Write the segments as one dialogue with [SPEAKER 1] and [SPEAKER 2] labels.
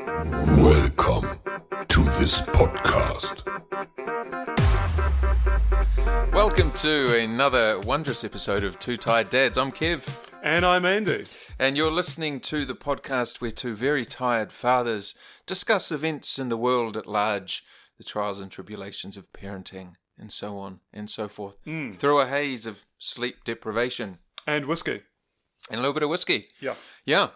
[SPEAKER 1] Welcome to this podcast.
[SPEAKER 2] Welcome to another wondrous episode of Two Tired Dads. I'm Kev,
[SPEAKER 3] And I'm Andy.
[SPEAKER 2] and you're listening to the podcast where two very tired fathers discuss events in the world at large, the trials and tribulations of parenting, and so on and so forth, through a haze of sleep deprivation
[SPEAKER 3] And whiskey.
[SPEAKER 2] and a little bit of whiskey.
[SPEAKER 3] Yeah.
[SPEAKER 2] Yeah.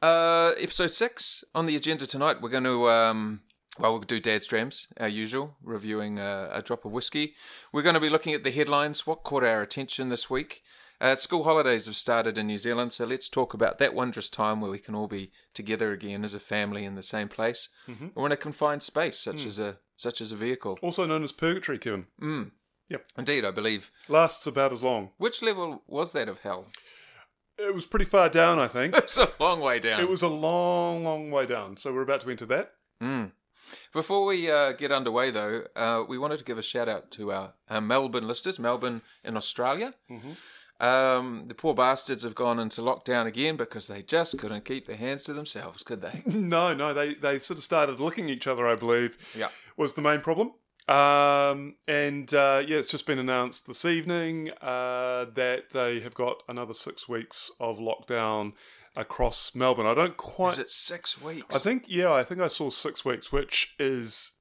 [SPEAKER 2] Uh, episode six on the agenda tonight. We're going to, um, well, we'll do Dad's Drams, our usual, reviewing uh, a drop of whiskey. We're going to be looking at the headlines, what caught our attention this week. Uh, school holidays have started in New Zealand, so let's talk about that wondrous time where we can all be together again as a family in the same place or in a confined space, such as a such as a vehicle.
[SPEAKER 3] Also known as purgatory, Kevin.
[SPEAKER 2] Indeed, I believe.
[SPEAKER 3] Lasts about as long.
[SPEAKER 2] Which level was that of hell?
[SPEAKER 3] It was pretty far down, I think.
[SPEAKER 2] It's a long way down.
[SPEAKER 3] It was a long, long way down. So we're about to enter that.
[SPEAKER 2] Before we uh, get underway, though, uh, we wanted to give a shout out to our, our Melbourne listeners, Melbourne in Australia.
[SPEAKER 3] Mm-hmm.
[SPEAKER 2] Um, the poor bastards have gone into lockdown again because they just couldn't keep their hands to themselves, could they?
[SPEAKER 3] No, no, they, they sort of started licking each other, I believe.
[SPEAKER 2] Yeah.
[SPEAKER 3] Was the main problem. Um, and uh, yeah, it's just been announced this evening uh, that they have got another six weeks of lockdown across Melbourne. I don't quite.
[SPEAKER 2] Is it six weeks?
[SPEAKER 3] I think yeah, I think I saw six weeks, which is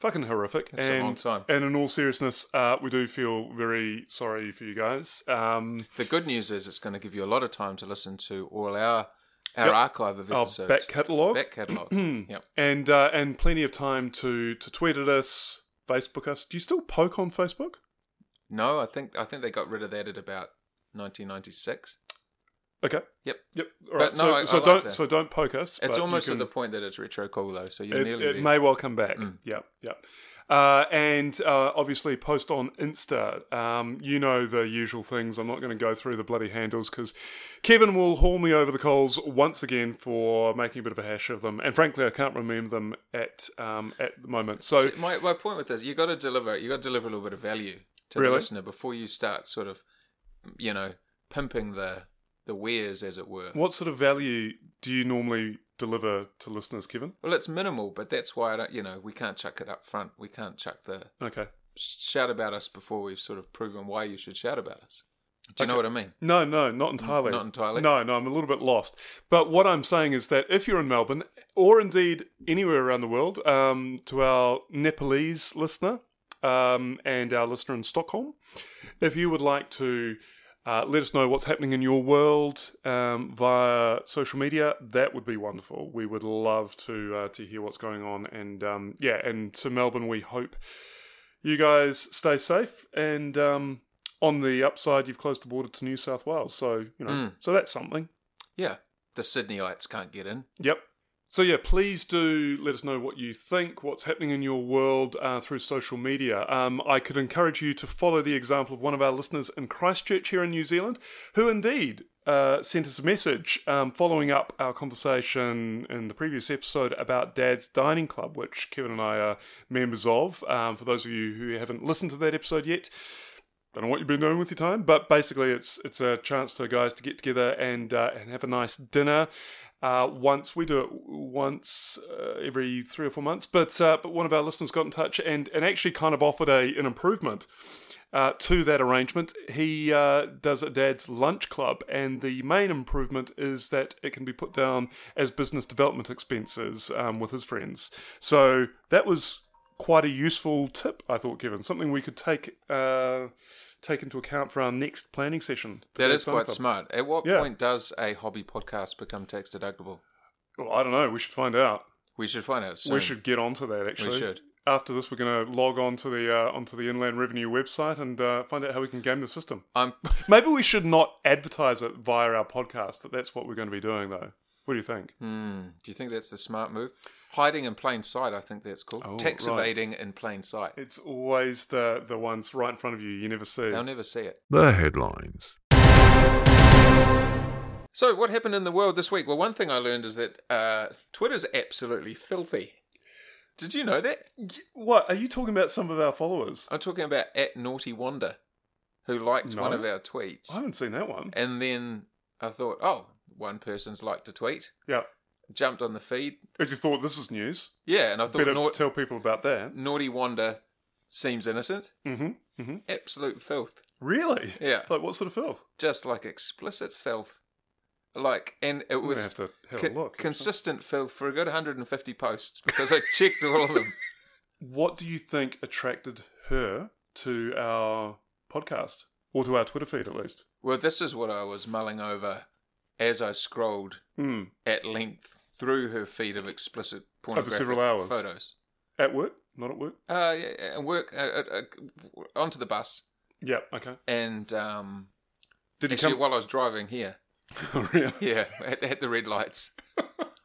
[SPEAKER 3] fucking horrific.
[SPEAKER 2] It's a
[SPEAKER 3] and,
[SPEAKER 2] long time.
[SPEAKER 3] And in all seriousness, uh, we do feel very sorry for you guys. Um,
[SPEAKER 2] the good news is it's going to give you a lot of time to listen to all our our
[SPEAKER 3] Yep.
[SPEAKER 2] archive of
[SPEAKER 3] our
[SPEAKER 2] episodes,
[SPEAKER 3] back catalogue
[SPEAKER 2] back catalogue. yep.
[SPEAKER 3] and uh, and plenty of time to to tweet at us, Facebook us. Do you still poke on Facebook?
[SPEAKER 2] No, I think I think they got rid of that at about 1996.
[SPEAKER 3] Okay.
[SPEAKER 2] Yep.
[SPEAKER 3] Yep. All right.
[SPEAKER 2] But
[SPEAKER 3] so
[SPEAKER 2] no, I-
[SPEAKER 3] so
[SPEAKER 2] I like
[SPEAKER 3] don't
[SPEAKER 2] that.
[SPEAKER 3] so don't poke us.
[SPEAKER 2] It's
[SPEAKER 3] but you
[SPEAKER 2] almost
[SPEAKER 3] can-
[SPEAKER 2] at the point that it's retro cool though, so you're
[SPEAKER 3] It,
[SPEAKER 2] nearly
[SPEAKER 3] it
[SPEAKER 2] there. Mm.
[SPEAKER 3] may well come back. Yep, yep. Uh, and uh, obviously, post on Insta. Um, you know the usual things. I'm not going to go through the bloody handles because Kevin will haul me over the coals once again for making a bit of a hash of them. And frankly, I can't remember them at um, at the moment. So
[SPEAKER 2] See, my, my point with this, you got to deliver. You got to deliver a little bit of value to the
[SPEAKER 3] Really?
[SPEAKER 2] listener before you start sort of, you know, pimping the the wares, as it were.
[SPEAKER 3] what sort of value do you normally deliver to listeners, Kevin?
[SPEAKER 2] Well, it's minimal, but that's why I don't. You know, we can't chuck it up front. We can't chuck the
[SPEAKER 3] Okay.
[SPEAKER 2] shout about us before we've sort of proven why you should shout about us. Do you know what I mean?
[SPEAKER 3] No, no, not entirely.
[SPEAKER 2] Not entirely?
[SPEAKER 3] No, no, I'm a little bit lost. But what I'm saying is that if you're in Melbourne, or indeed anywhere around the world, um, to our Nepalese listener um, and our listener in Stockholm, if you would like to uh, let us know what's happening in your world um, via social media, that would be wonderful. We would love to uh, to hear what's going on. And um, yeah, and to Melbourne, we hope you guys stay safe and um, on the upside you've closed the border to new south wales so you know so that's something
[SPEAKER 2] Yeah, the Sydneyites can't get in.
[SPEAKER 3] yep so yeah please do let us know what you think what's happening in your world uh, through social media um, i could encourage you to follow the example of one of our listeners in christchurch here in new zealand who indeed uh, sent us a message um, following up our conversation in the previous episode about Dad's Dining Club, which Kevin and I are members of. Um, for those of you who haven't listened to that episode yet, I don't know what you've been doing with your time, but basically, it's it's a chance for guys to get together and uh, and have a nice dinner. Uh, once we do it once uh, every three or four months, but uh, but one of our listeners got in touch and and actually kind of offered a an improvement uh, to that arrangement. He uh, does a dad's lunch club, and the main improvement is that it can be put down as business development expenses um, with his friends. So that was quite a useful tip, I thought, given something we could take uh, take into account for our next planning session.
[SPEAKER 2] That is quite
[SPEAKER 3] Club.
[SPEAKER 2] smart. At what
[SPEAKER 3] Yeah.
[SPEAKER 2] point does a hobby podcast become tax deductible?
[SPEAKER 3] Well, I don't know. We should find out.
[SPEAKER 2] We should find out soon.
[SPEAKER 3] We should get onto that. Actually,
[SPEAKER 2] should.
[SPEAKER 3] After this, we're going to log on to the uh, onto the Inland Revenue website and uh, find out how we can game the system.
[SPEAKER 2] I'm
[SPEAKER 3] Maybe we should not advertise it via our podcast. That that's what we're going to be doing, though. What do you think?
[SPEAKER 2] Hmm. Do you think that's the smart move? Hiding in plain sight, I think that's called.
[SPEAKER 3] Oh,
[SPEAKER 2] Tax
[SPEAKER 3] right.
[SPEAKER 2] evading in plain sight.
[SPEAKER 3] It's always the the ones right in front of you. You never see.
[SPEAKER 2] They'll never see it.
[SPEAKER 1] The headlines.
[SPEAKER 2] So, what happened in the world this week? Well, one thing I learned is that uh, Twitter's absolutely filthy. Did you know that?
[SPEAKER 3] What are you talking about? Some of our followers.
[SPEAKER 2] I'm talking about at Naughty Wonder, who liked
[SPEAKER 3] No.
[SPEAKER 2] one of our tweets. Eh.
[SPEAKER 3] I haven't seen that one.
[SPEAKER 2] And then I thought, oh, one person's liked a tweet.
[SPEAKER 3] Yeah.
[SPEAKER 2] jumped on the feed.
[SPEAKER 3] If you thought this is news,
[SPEAKER 2] Yeah, and I thought
[SPEAKER 3] better
[SPEAKER 2] Nau-
[SPEAKER 3] tell people about that.
[SPEAKER 2] Naughty Wonder seems innocent.
[SPEAKER 3] Mm-hmm.
[SPEAKER 2] Absolute filth.
[SPEAKER 3] Really?
[SPEAKER 2] Hmm. Yeah.
[SPEAKER 3] Like what sort of filth?
[SPEAKER 2] Just like explicit filth. Like, and it
[SPEAKER 3] We
[SPEAKER 2] was.
[SPEAKER 3] have to have
[SPEAKER 2] co-
[SPEAKER 3] a look.
[SPEAKER 2] consistent filth for a good 150 posts because I checked all of them.
[SPEAKER 3] what do you think attracted her to our podcast or to our Twitter feed at least?
[SPEAKER 2] Well, this is what I was mulling over as I scrolled
[SPEAKER 3] Hmm.
[SPEAKER 2] at length through her feed of explicit pornographic
[SPEAKER 3] several hours.
[SPEAKER 2] photos.
[SPEAKER 3] At work? Not at work?
[SPEAKER 2] Uh, yeah, yeah, and work uh, uh, uh, onto the bus,
[SPEAKER 3] Yeah. Okay.
[SPEAKER 2] and um,
[SPEAKER 3] Did he
[SPEAKER 2] actually
[SPEAKER 3] come? Oh,
[SPEAKER 2] while I was driving here,
[SPEAKER 3] really?
[SPEAKER 2] yeah, at, at the red lights.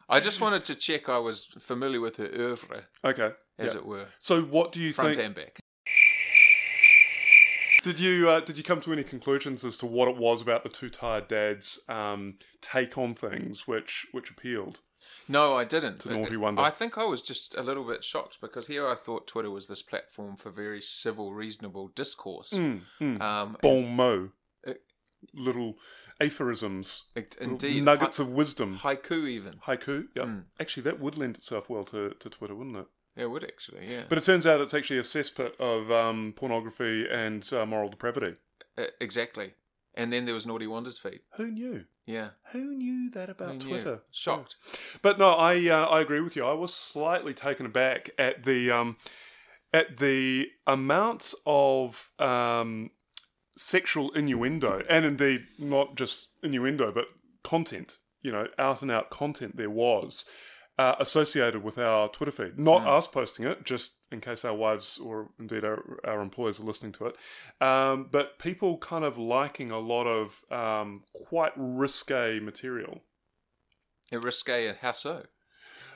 [SPEAKER 2] I just wanted to check I was familiar with her oeuvre,
[SPEAKER 3] Okay.
[SPEAKER 2] as
[SPEAKER 3] Yeah.
[SPEAKER 2] it were,
[SPEAKER 3] So what do you
[SPEAKER 2] front
[SPEAKER 3] think?
[SPEAKER 2] and back.
[SPEAKER 3] Did you uh, did you come to any conclusions as to what it was about the two tired dads um, take on things which which appealed?
[SPEAKER 2] No, I didn't. Uh,
[SPEAKER 3] To Naughty Wonder.
[SPEAKER 2] I think I was just a little bit shocked because here I thought Twitter was this platform for very civil, reasonable discourse.
[SPEAKER 3] Hmm.
[SPEAKER 2] Um,
[SPEAKER 3] Bon mot,
[SPEAKER 2] Uh,
[SPEAKER 3] little aphorisms,
[SPEAKER 2] it-
[SPEAKER 3] little
[SPEAKER 2] indeed,
[SPEAKER 3] nuggets
[SPEAKER 2] ha-
[SPEAKER 3] of wisdom,
[SPEAKER 2] haiku even.
[SPEAKER 3] haiku. Yeah,
[SPEAKER 2] Mm.
[SPEAKER 3] actually, that would lend itself well to, to Twitter, wouldn't it?
[SPEAKER 2] It would actually, yeah.
[SPEAKER 3] But it turns out it's actually a cesspit of um, pornography and uh, moral depravity.
[SPEAKER 2] Uh, exactly. And then there was Naughty Wonders feed.
[SPEAKER 3] Who knew?
[SPEAKER 2] Yeah.
[SPEAKER 3] Who knew that about
[SPEAKER 2] Who knew?
[SPEAKER 3] Twitter?
[SPEAKER 2] Shocked.
[SPEAKER 3] But no, I uh, I agree with you. I was slightly taken aback at the um, at the amount of um, sexual innuendo, and indeed not just innuendo, but content. You know, out and out content there was. Uh, associated with our Twitter feed, not us posting it, just in case our wives or indeed our, our employers are listening to it, um, but people kind of liking a lot of um, quite risque material.
[SPEAKER 2] And risque and how so?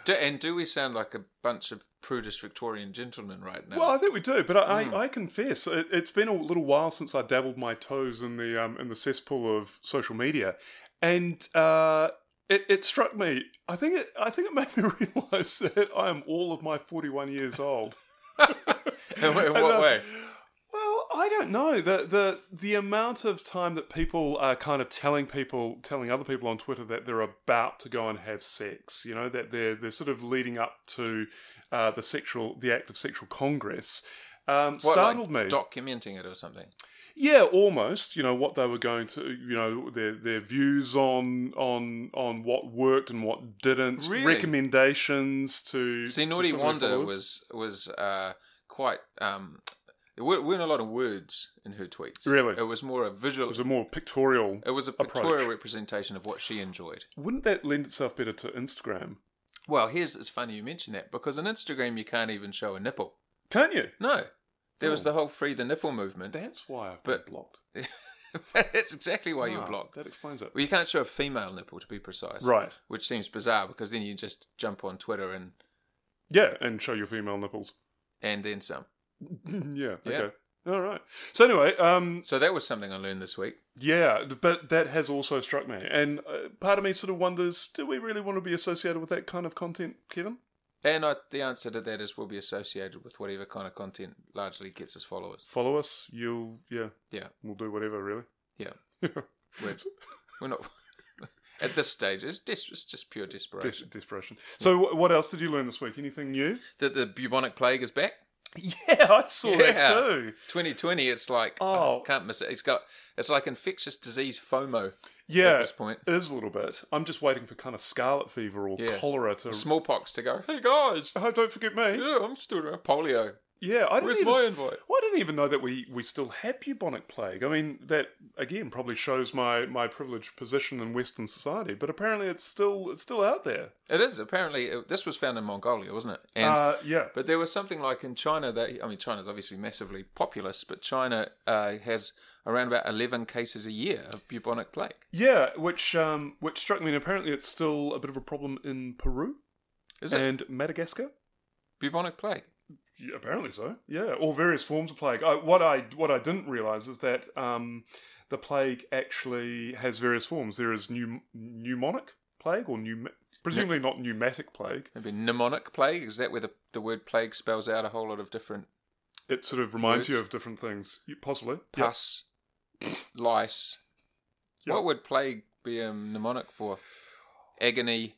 [SPEAKER 2] Do, and do we sound like a bunch of prudish Victorian gentlemen right now?
[SPEAKER 3] Well, I think we do, but I,
[SPEAKER 2] Hmm.
[SPEAKER 3] I, I confess it, it's been a little while since I dabbled my toes in the um, in the cesspool of social media, and uh, it, it struck me. I think it I think it made me realise that I am all of my forty one years old.
[SPEAKER 2] in what
[SPEAKER 3] And, uh,
[SPEAKER 2] way?
[SPEAKER 3] Well, I don't know the the the amount of time that people are kind of telling people, telling other people on Twitter that they're about to go and have sex. You know that they're they're sort of leading up to uh, the sexual the act of sexual congress. Um,
[SPEAKER 2] What, like,
[SPEAKER 3] startled me.
[SPEAKER 2] Documenting it or something.
[SPEAKER 3] yeah, almost. You know what they were going to. You know their their views on on on what worked and what didn't.
[SPEAKER 2] Really?
[SPEAKER 3] Recommendations to
[SPEAKER 2] See,
[SPEAKER 3] to
[SPEAKER 2] Naughty
[SPEAKER 3] some of
[SPEAKER 2] Wonder
[SPEAKER 3] their followers.
[SPEAKER 2] was was uh, quite. Um, there weren't weren't a lot of words in her tweets.
[SPEAKER 3] Really?
[SPEAKER 2] it was more a visual.
[SPEAKER 3] It was a more pictorial.
[SPEAKER 2] It was a pictorial representation of what she enjoyed.
[SPEAKER 3] Wouldn't that lend itself better to Instagram?
[SPEAKER 2] Well, here's it's funny you mention that because on Instagram you can't even show a nipple.
[SPEAKER 3] Can't you?
[SPEAKER 2] No, there was
[SPEAKER 3] Oh.
[SPEAKER 2] the whole free the nipple movement.
[SPEAKER 3] That's why I've
[SPEAKER 2] But-
[SPEAKER 3] been blocked.
[SPEAKER 2] That's exactly why you're
[SPEAKER 3] Ah,
[SPEAKER 2] blocked.
[SPEAKER 3] That explains it.
[SPEAKER 2] Well, you can't show a female nipple to be precise,
[SPEAKER 3] Right.
[SPEAKER 2] Which seems bizarre because then you just jump on Twitter and
[SPEAKER 3] Yeah, and show your female nipples.
[SPEAKER 2] and then some.
[SPEAKER 3] yeah,
[SPEAKER 2] Yeah.
[SPEAKER 3] Okay. All right. So anyway, um,
[SPEAKER 2] So that was something I learned this week.
[SPEAKER 3] yeah, but that has also struck me, and uh, part of me sort of wonders: Do we really want to be associated with that kind of content, Kevin?
[SPEAKER 2] And I, the answer to that is we'll be associated with whatever kind of content largely gets us followers.
[SPEAKER 3] Follow us. You'll yeah,
[SPEAKER 2] Yeah,
[SPEAKER 3] we'll do whatever really.
[SPEAKER 2] yeah.
[SPEAKER 3] Des-
[SPEAKER 2] We're, we're not at this stage. It's, des- it's just pure desperation.
[SPEAKER 3] desperation. So wh- what else did you learn this week? Anything new?
[SPEAKER 2] That the bubonic plague is back.
[SPEAKER 3] Yeah, I saw
[SPEAKER 2] Yeah.
[SPEAKER 3] that too.
[SPEAKER 2] 2020. It's like oh,
[SPEAKER 3] Oh.
[SPEAKER 2] can't miss it. It's got it's like infectious disease FOMO.
[SPEAKER 3] Yeah,
[SPEAKER 2] at this point.
[SPEAKER 3] it is a little bit. I'm just waiting for kind of scarlet fever or
[SPEAKER 2] Yeah.
[SPEAKER 3] cholera to.
[SPEAKER 2] Smallpox to go. Hey guys,
[SPEAKER 3] oh, don't forget me.
[SPEAKER 2] yeah, I'm still doing polio.
[SPEAKER 3] Yeah, I didn't
[SPEAKER 2] Where's
[SPEAKER 3] even,
[SPEAKER 2] my invite?
[SPEAKER 3] Well, I didn't even know that we, we still had bubonic plague. I mean, that again probably shows my, my privileged position in Western society, but apparently it's still it's still out there.
[SPEAKER 2] It is apparently it, this was found in Mongolia, wasn't it? And
[SPEAKER 3] uh, yeah,
[SPEAKER 2] But there was something like in China that I mean, China's obviously massively populous, but China uh, has around about eleven cases a year of bubonic plague.
[SPEAKER 3] yeah, which um, which struck me. And apparently, it's still a bit of a problem in Peru
[SPEAKER 2] Is it
[SPEAKER 3] and Madagascar.
[SPEAKER 2] bubonic plague?
[SPEAKER 3] Yeah, apparently so. Yeah, or various forms of plague. I, what I what I didn't realize is that um, the plague actually has various forms. There is pneum- pneumonic plague, or pneum- presumably not pneumatic plague.
[SPEAKER 2] Maybe mnemonic plague. Is that where the, the word plague spells out a whole lot of different
[SPEAKER 3] It sort of reminds you
[SPEAKER 2] Words.
[SPEAKER 3] of different things, Y- possibly. Yeah.
[SPEAKER 2] pus, lice?
[SPEAKER 3] Yeah.
[SPEAKER 2] What would plague be a mnemonic for? Agony,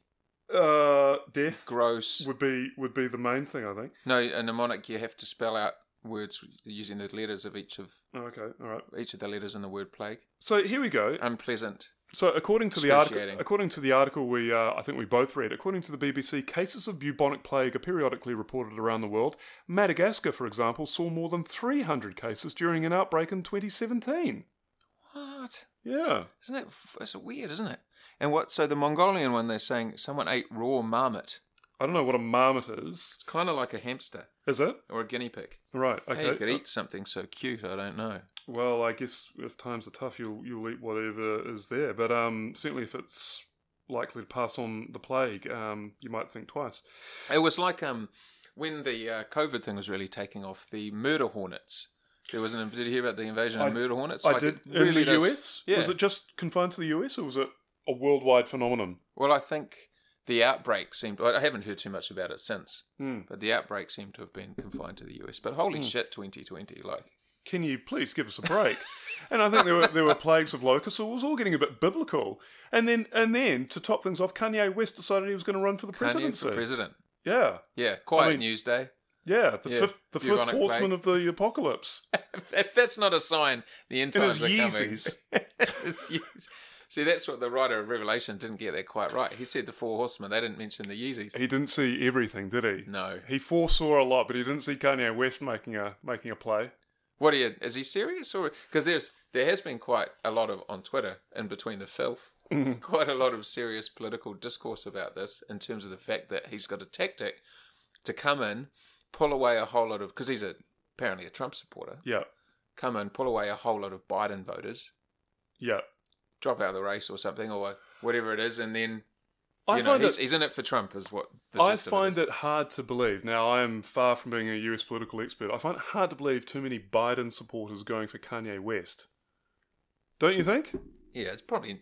[SPEAKER 3] Uh, death
[SPEAKER 2] Gross.
[SPEAKER 3] would be would be the main thing, I think.
[SPEAKER 2] No, a mnemonic you have to spell out words using the letters of each of
[SPEAKER 3] Oh, Okay, all right.
[SPEAKER 2] each of the letters in the word plague.
[SPEAKER 3] So here we go.
[SPEAKER 2] Unpleasant.
[SPEAKER 3] So according to the article,
[SPEAKER 2] Excruciating.
[SPEAKER 3] according to the article we uh, I think we both read, according to the BBC, cases of bubonic plague are periodically reported around the world. Madagascar, for example, saw more than 300 cases during an outbreak in 2017.
[SPEAKER 2] What?
[SPEAKER 3] Yeah.
[SPEAKER 2] Isn't that f- it's weird, isn't it? And what? So the Mongolian one, they're saying someone ate raw marmot.
[SPEAKER 3] I don't know what a marmot is.
[SPEAKER 2] It's kind of like a hamster
[SPEAKER 3] Is it?
[SPEAKER 2] or a guinea pig.
[SPEAKER 3] Right.
[SPEAKER 2] How
[SPEAKER 3] Okay. Uh,
[SPEAKER 2] you could eat something so cute, I don't know.
[SPEAKER 3] Well, I guess if times are tough, you'll you'll eat whatever is there. But um, certainly if it's likely to pass on the plague, um, you might think twice.
[SPEAKER 2] It was like um when the uh, COVID thing was really taking off. The murder hornets. There was an. Did you hear about the invasion
[SPEAKER 3] I-
[SPEAKER 2] of murder hornets?
[SPEAKER 3] I
[SPEAKER 2] Like,
[SPEAKER 3] did
[SPEAKER 2] it really
[SPEAKER 3] in the
[SPEAKER 2] does-
[SPEAKER 3] US.
[SPEAKER 2] Yeah.
[SPEAKER 3] Was it just confined to the US, or was it a worldwide phenomenon?
[SPEAKER 2] Well, I think the outbreak seemed. I haven't heard too much about it since,
[SPEAKER 3] Hmm.
[SPEAKER 2] but the outbreak seemed to have been confined to the US. But holy shit, 2020! Like,
[SPEAKER 3] Can you please give us a break? and I think there were there were plagues of locusts, so it was all getting a bit biblical. And then and then to top things off, Kanye West decided he was going to run for the
[SPEAKER 2] Kanye
[SPEAKER 3] presidency.
[SPEAKER 2] for president.
[SPEAKER 3] yeah.
[SPEAKER 2] Yeah, quiet
[SPEAKER 3] mean-
[SPEAKER 2] news day.
[SPEAKER 3] Yeah, the
[SPEAKER 2] Yeah,
[SPEAKER 3] fifth, the fifth
[SPEAKER 2] bubonic
[SPEAKER 3] horseman
[SPEAKER 2] plague.
[SPEAKER 3] of the apocalypse.
[SPEAKER 2] If that's not a sign. The end
[SPEAKER 3] It
[SPEAKER 2] times
[SPEAKER 3] is
[SPEAKER 2] are coming.
[SPEAKER 3] Yeezys.
[SPEAKER 2] It's Yeezys. See, that's what the writer of Revelation didn't get that quite right. He said the four horsemen. They didn't mention the Yeezys.
[SPEAKER 3] He didn't see everything, did he?
[SPEAKER 2] No.
[SPEAKER 3] He foresaw a lot, but he didn't see Kanye West making a making a play.
[SPEAKER 2] What are you? Is he serious or? Because there's there has been quite a lot of on Twitter in between the filth,
[SPEAKER 3] Mm-hmm.
[SPEAKER 2] quite a lot of serious political discourse about this in terms of the fact that he's got a tactic to come in, pull away a whole lot of because he's a apparently a Trump supporter,
[SPEAKER 3] Yeah,
[SPEAKER 2] come in, pull away a whole lot of Biden voters,
[SPEAKER 3] yeah.
[SPEAKER 2] drop out of the race or something or whatever it is, and then
[SPEAKER 3] I
[SPEAKER 2] you know
[SPEAKER 3] find
[SPEAKER 2] he's,
[SPEAKER 3] it,
[SPEAKER 2] he's in it for Trump is what the
[SPEAKER 3] I
[SPEAKER 2] gist of
[SPEAKER 3] find
[SPEAKER 2] is.
[SPEAKER 3] it hard to believe. Now, I am far from being a U.S. political expert. I find it hard to believe too many Biden supporters going for Kanye West. Don't you think?
[SPEAKER 2] yeah, it's probably
[SPEAKER 3] It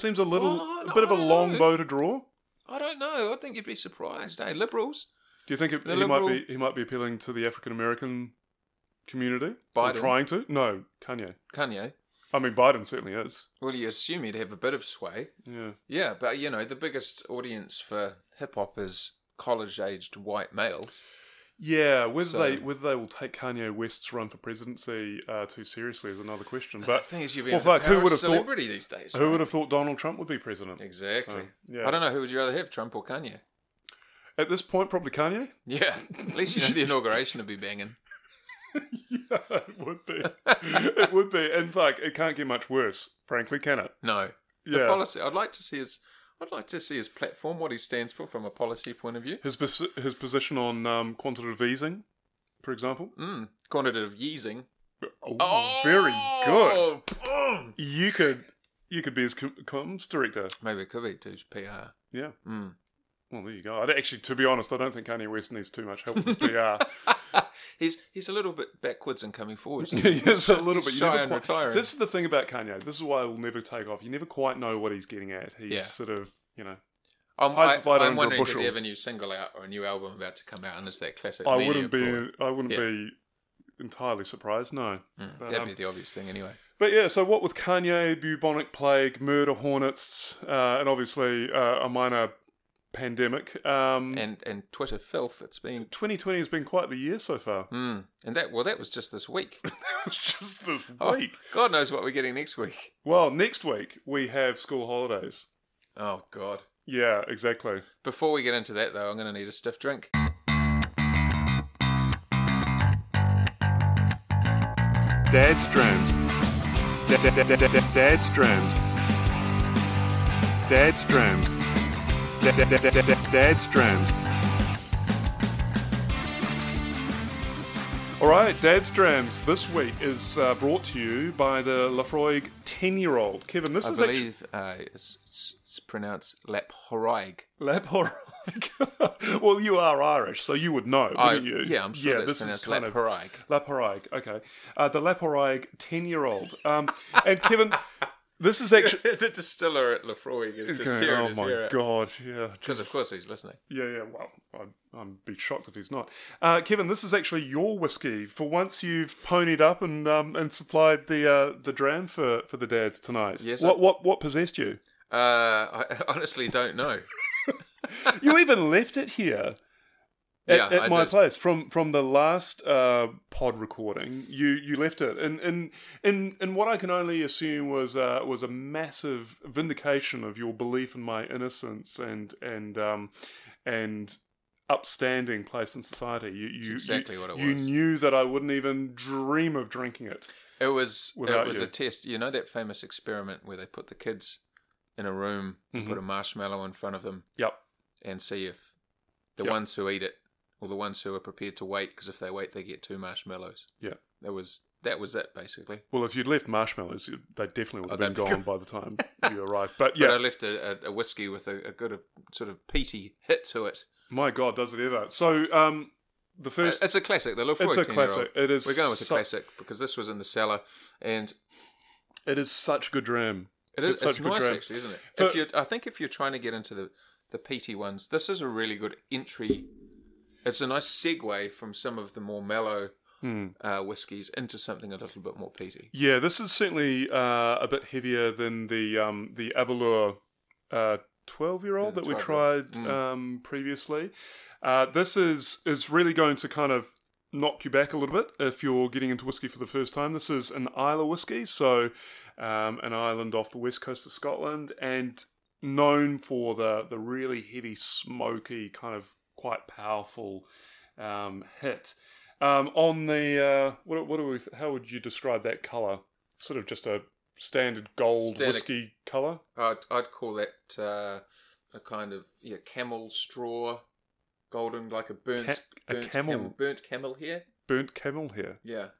[SPEAKER 3] seems a little,
[SPEAKER 2] Oh, no,
[SPEAKER 3] a bit of a
[SPEAKER 2] I don't
[SPEAKER 3] long
[SPEAKER 2] know.
[SPEAKER 3] bow to draw.
[SPEAKER 2] I don't know. I think you'd be surprised, eh? Liberals.
[SPEAKER 3] Do you think it, he
[SPEAKER 2] The
[SPEAKER 3] might
[SPEAKER 2] liberal-
[SPEAKER 3] be he might be appealing to the African American community? Or
[SPEAKER 2] Biden?
[SPEAKER 3] trying to? No, Kanye.
[SPEAKER 2] Kanye.
[SPEAKER 3] I mean, Biden certainly is.
[SPEAKER 2] Well, you assume you'd have a bit of sway.
[SPEAKER 3] Yeah.
[SPEAKER 2] Yeah, but you know, the biggest audience for hip hop is college aged white males.
[SPEAKER 3] Yeah, whether
[SPEAKER 2] So-
[SPEAKER 3] they whether they will take Kanye West's run for presidency uh, too seriously is another question.
[SPEAKER 2] the
[SPEAKER 3] But
[SPEAKER 2] thing is, you'd be
[SPEAKER 3] well,
[SPEAKER 2] in the
[SPEAKER 3] fuck, who
[SPEAKER 2] power
[SPEAKER 3] would
[SPEAKER 2] of
[SPEAKER 3] have thought?
[SPEAKER 2] celebrity these days.
[SPEAKER 3] Who would have thought Donald Trump would be president?
[SPEAKER 2] Exactly.
[SPEAKER 3] Oh, yeah.
[SPEAKER 2] I don't know. Who would you rather have, Trump or Kanye?
[SPEAKER 3] At this point, probably Kanye.
[SPEAKER 2] Yeah, at least you know the inauguration would be banging.
[SPEAKER 3] yeah, it would be. it would be. And fuck, it can't get much worse, frankly, can it?
[SPEAKER 2] No, the
[SPEAKER 3] Yeah.
[SPEAKER 2] policy. I'd like to see his. I'd like to see his platform, what he stands for from a policy point of view.
[SPEAKER 3] his pos- his position on um, quantitative easing, for example.
[SPEAKER 2] Mm, quantitative easing.
[SPEAKER 3] Oh, very
[SPEAKER 2] Oh!
[SPEAKER 3] good.
[SPEAKER 2] Boom.
[SPEAKER 3] You could you could be his com- comms director.
[SPEAKER 2] Maybe it could be to his PR.
[SPEAKER 3] Yeah.
[SPEAKER 2] Mm.
[SPEAKER 3] Well, there you go. I'd actually, to be honest, I don't think Kanye West needs too much help with PR.
[SPEAKER 2] he's he's a little bit backwards and coming forwards. isn't he?
[SPEAKER 3] yes, a little bit.
[SPEAKER 2] He's
[SPEAKER 3] You
[SPEAKER 2] shy
[SPEAKER 3] never
[SPEAKER 2] and
[SPEAKER 3] quite-
[SPEAKER 2] retiring.
[SPEAKER 3] This is the thing about Kanye. This is why we will never take off. You never quite know what he's getting at. He's
[SPEAKER 2] Yeah.
[SPEAKER 3] sort of, you know.
[SPEAKER 2] I'm,
[SPEAKER 3] Hides
[SPEAKER 2] I,
[SPEAKER 3] his
[SPEAKER 2] I'm
[SPEAKER 3] light under a
[SPEAKER 2] wondering does
[SPEAKER 3] bushel.
[SPEAKER 2] he have a new single out or a new album about to come out, and is that classic?
[SPEAKER 3] I
[SPEAKER 2] Mania
[SPEAKER 3] wouldn't
[SPEAKER 2] broad?
[SPEAKER 3] be. I wouldn't
[SPEAKER 2] Yeah.
[SPEAKER 3] be entirely surprised. No.
[SPEAKER 2] Mm,
[SPEAKER 3] but,
[SPEAKER 2] that'd
[SPEAKER 3] um,
[SPEAKER 2] be the obvious thing anyway.
[SPEAKER 3] But yeah, so what with Kanye, bubonic plague, murder hornets, uh, and obviously uh, a minor pandemic. Um,
[SPEAKER 2] And and Twitter filth. It's been.
[SPEAKER 3] 2020 has been quite the year so far.
[SPEAKER 2] Mm, and that well, that was just this week.
[SPEAKER 3] it's just this
[SPEAKER 2] Oh,
[SPEAKER 3] week.
[SPEAKER 2] God knows what we're getting next week.
[SPEAKER 3] Well, next week we have school holidays.
[SPEAKER 2] Oh God.
[SPEAKER 3] Yeah, exactly.
[SPEAKER 2] Before we get into that though, I'm going to need a stiff drink.
[SPEAKER 3] Dad's dreams. Dad's dreams. Dad's dreams. Dad's dreams. All right, Dad's Drams this week is uh, brought to you by the Lafroig 10 year old. Kevin, this
[SPEAKER 2] I
[SPEAKER 3] is actually.
[SPEAKER 2] believe uh, it's, it's, it's pronounced Lap Horaig.
[SPEAKER 3] Laphroaig. well, you are Irish, so you would know,
[SPEAKER 2] I-
[SPEAKER 3] wouldn't you?
[SPEAKER 2] Oh, yeah, I'm sure
[SPEAKER 3] Yeah,
[SPEAKER 2] that's
[SPEAKER 3] this
[SPEAKER 2] pronounced
[SPEAKER 3] is kind
[SPEAKER 2] Lap
[SPEAKER 3] of
[SPEAKER 2] Horaig.
[SPEAKER 3] Laporaig, okay. Uh, the Laporaig 10 year old. Um, and Kevin, this is actually.
[SPEAKER 2] the distiller at Lafroig is just tearing
[SPEAKER 3] oh
[SPEAKER 2] his
[SPEAKER 3] my
[SPEAKER 2] hair out.
[SPEAKER 3] god, yeah.
[SPEAKER 2] Because of course he's listening.
[SPEAKER 3] Yeah, yeah, well, I'd, I'd be shocked if he's not. Uh, Kevin, this is actually your whiskey. For once, you've ponied up and um, and supplied the uh, the dram for, for the dads tonight.
[SPEAKER 2] Yes,
[SPEAKER 3] What,
[SPEAKER 2] I-
[SPEAKER 3] what, what possessed you?
[SPEAKER 2] Uh, I honestly don't know.
[SPEAKER 3] you even left it here at,
[SPEAKER 2] Yeah,
[SPEAKER 3] at
[SPEAKER 2] I
[SPEAKER 3] my
[SPEAKER 2] did.
[SPEAKER 3] place from from the last uh, pod recording. You you left it, and and and and what I can only assume was uh, was a massive vindication of your belief in my innocence and and um and upstanding place in society. You you
[SPEAKER 2] exactly
[SPEAKER 3] you,
[SPEAKER 2] what it
[SPEAKER 3] you
[SPEAKER 2] was.
[SPEAKER 3] knew that I wouldn't even dream of drinking it.
[SPEAKER 2] It was
[SPEAKER 3] Without
[SPEAKER 2] it was
[SPEAKER 3] you.
[SPEAKER 2] a test. You know that famous experiment where they put the kids in a room, and
[SPEAKER 3] Mhm.
[SPEAKER 2] put a marshmallow in front of them,
[SPEAKER 3] Yep.
[SPEAKER 2] and see if the
[SPEAKER 3] Yep.
[SPEAKER 2] ones who eat it or the ones who are prepared to wait, because if they wait, they get two marshmallows.
[SPEAKER 3] Yeah.
[SPEAKER 2] That was that was it basically.
[SPEAKER 3] Well, if you'd left marshmallows, you- they definitely would
[SPEAKER 2] Oh,
[SPEAKER 3] have been
[SPEAKER 2] that'd be
[SPEAKER 3] gone by the time you arrived. But
[SPEAKER 2] But
[SPEAKER 3] yeah,
[SPEAKER 2] I left a, a, a whiskey with a, a good uh sort of peaty hit to it.
[SPEAKER 3] my God, does it ever? So um, the
[SPEAKER 2] Uh,
[SPEAKER 3] first
[SPEAKER 2] It's a classic. The Lefroy
[SPEAKER 3] It's a
[SPEAKER 2] 10 year old.
[SPEAKER 3] classic. It is
[SPEAKER 2] We're going with a
[SPEAKER 3] su-
[SPEAKER 2] classic because this was in the cellar, and
[SPEAKER 3] It is such good dram.
[SPEAKER 2] it is
[SPEAKER 3] It's
[SPEAKER 2] it's,
[SPEAKER 3] such good
[SPEAKER 2] nice
[SPEAKER 3] dram.
[SPEAKER 2] actually, isn't it?
[SPEAKER 3] But-
[SPEAKER 2] if you, I think if you're trying to get into the the peaty ones, this is a really good entry. It's a nice segue from some of the more mellow
[SPEAKER 3] Hmm.
[SPEAKER 2] uh, whiskies into something a little bit more peaty.
[SPEAKER 3] Yeah, this is certainly uh, a bit heavier than the um, the Avalur twelve year old
[SPEAKER 2] Yeah,
[SPEAKER 3] that we
[SPEAKER 2] 12-year-old.
[SPEAKER 3] tried um, previously. Uh, this is is really going to kind of knock you back a little bit if you're getting into whiskey for the first time. This is an Isla whiskey, so um, an island off the west coast of Scotland, and known for the the really heavy, smoky kind of quite powerful um, hit. Um, on the uh, what what do we? How would you describe that color? Sort of just a standard gold
[SPEAKER 2] Standard-
[SPEAKER 3] whiskey color.
[SPEAKER 2] I'd, I'd call that uh, a kind of yeah camel straw, golden like a burnt
[SPEAKER 3] Ca- a
[SPEAKER 2] burnt
[SPEAKER 3] camel.
[SPEAKER 2] burnt camel here.
[SPEAKER 3] Burnt camel hair.
[SPEAKER 2] Yeah,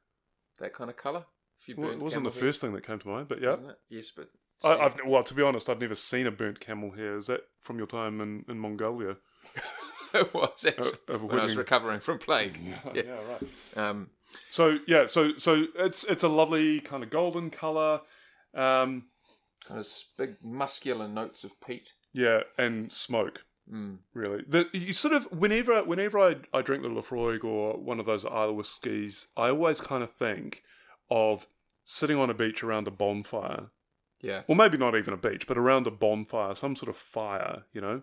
[SPEAKER 2] that kind of color. If you
[SPEAKER 3] Well, it
[SPEAKER 2] burnt
[SPEAKER 3] wasn't the
[SPEAKER 2] camel hair,
[SPEAKER 3] first thing that came to mind, but yeah.
[SPEAKER 2] wasn't it? Yes, but
[SPEAKER 3] I, I've well, to be honest, I've never seen a burnt camel hair. Is that from your time in, in Mongolia?
[SPEAKER 2] it was actually
[SPEAKER 3] O- over
[SPEAKER 2] when I was
[SPEAKER 3] whipping.
[SPEAKER 2] recovering from plague. Yeah.
[SPEAKER 3] right.
[SPEAKER 2] Um,
[SPEAKER 3] So yeah, so so it's it's a lovely kind of golden color. Um,
[SPEAKER 2] kind of s- big muscular notes of peat.
[SPEAKER 3] yeah, and smoke.
[SPEAKER 2] Mm.
[SPEAKER 3] Really, the, you sort of whenever whenever I, I drink the Lafroig or one of those Isla whiskies, I always kind of think of sitting on a beach around a bonfire,
[SPEAKER 2] Yeah,
[SPEAKER 3] or maybe not even a beach, but around a bonfire, some sort of fire, you know.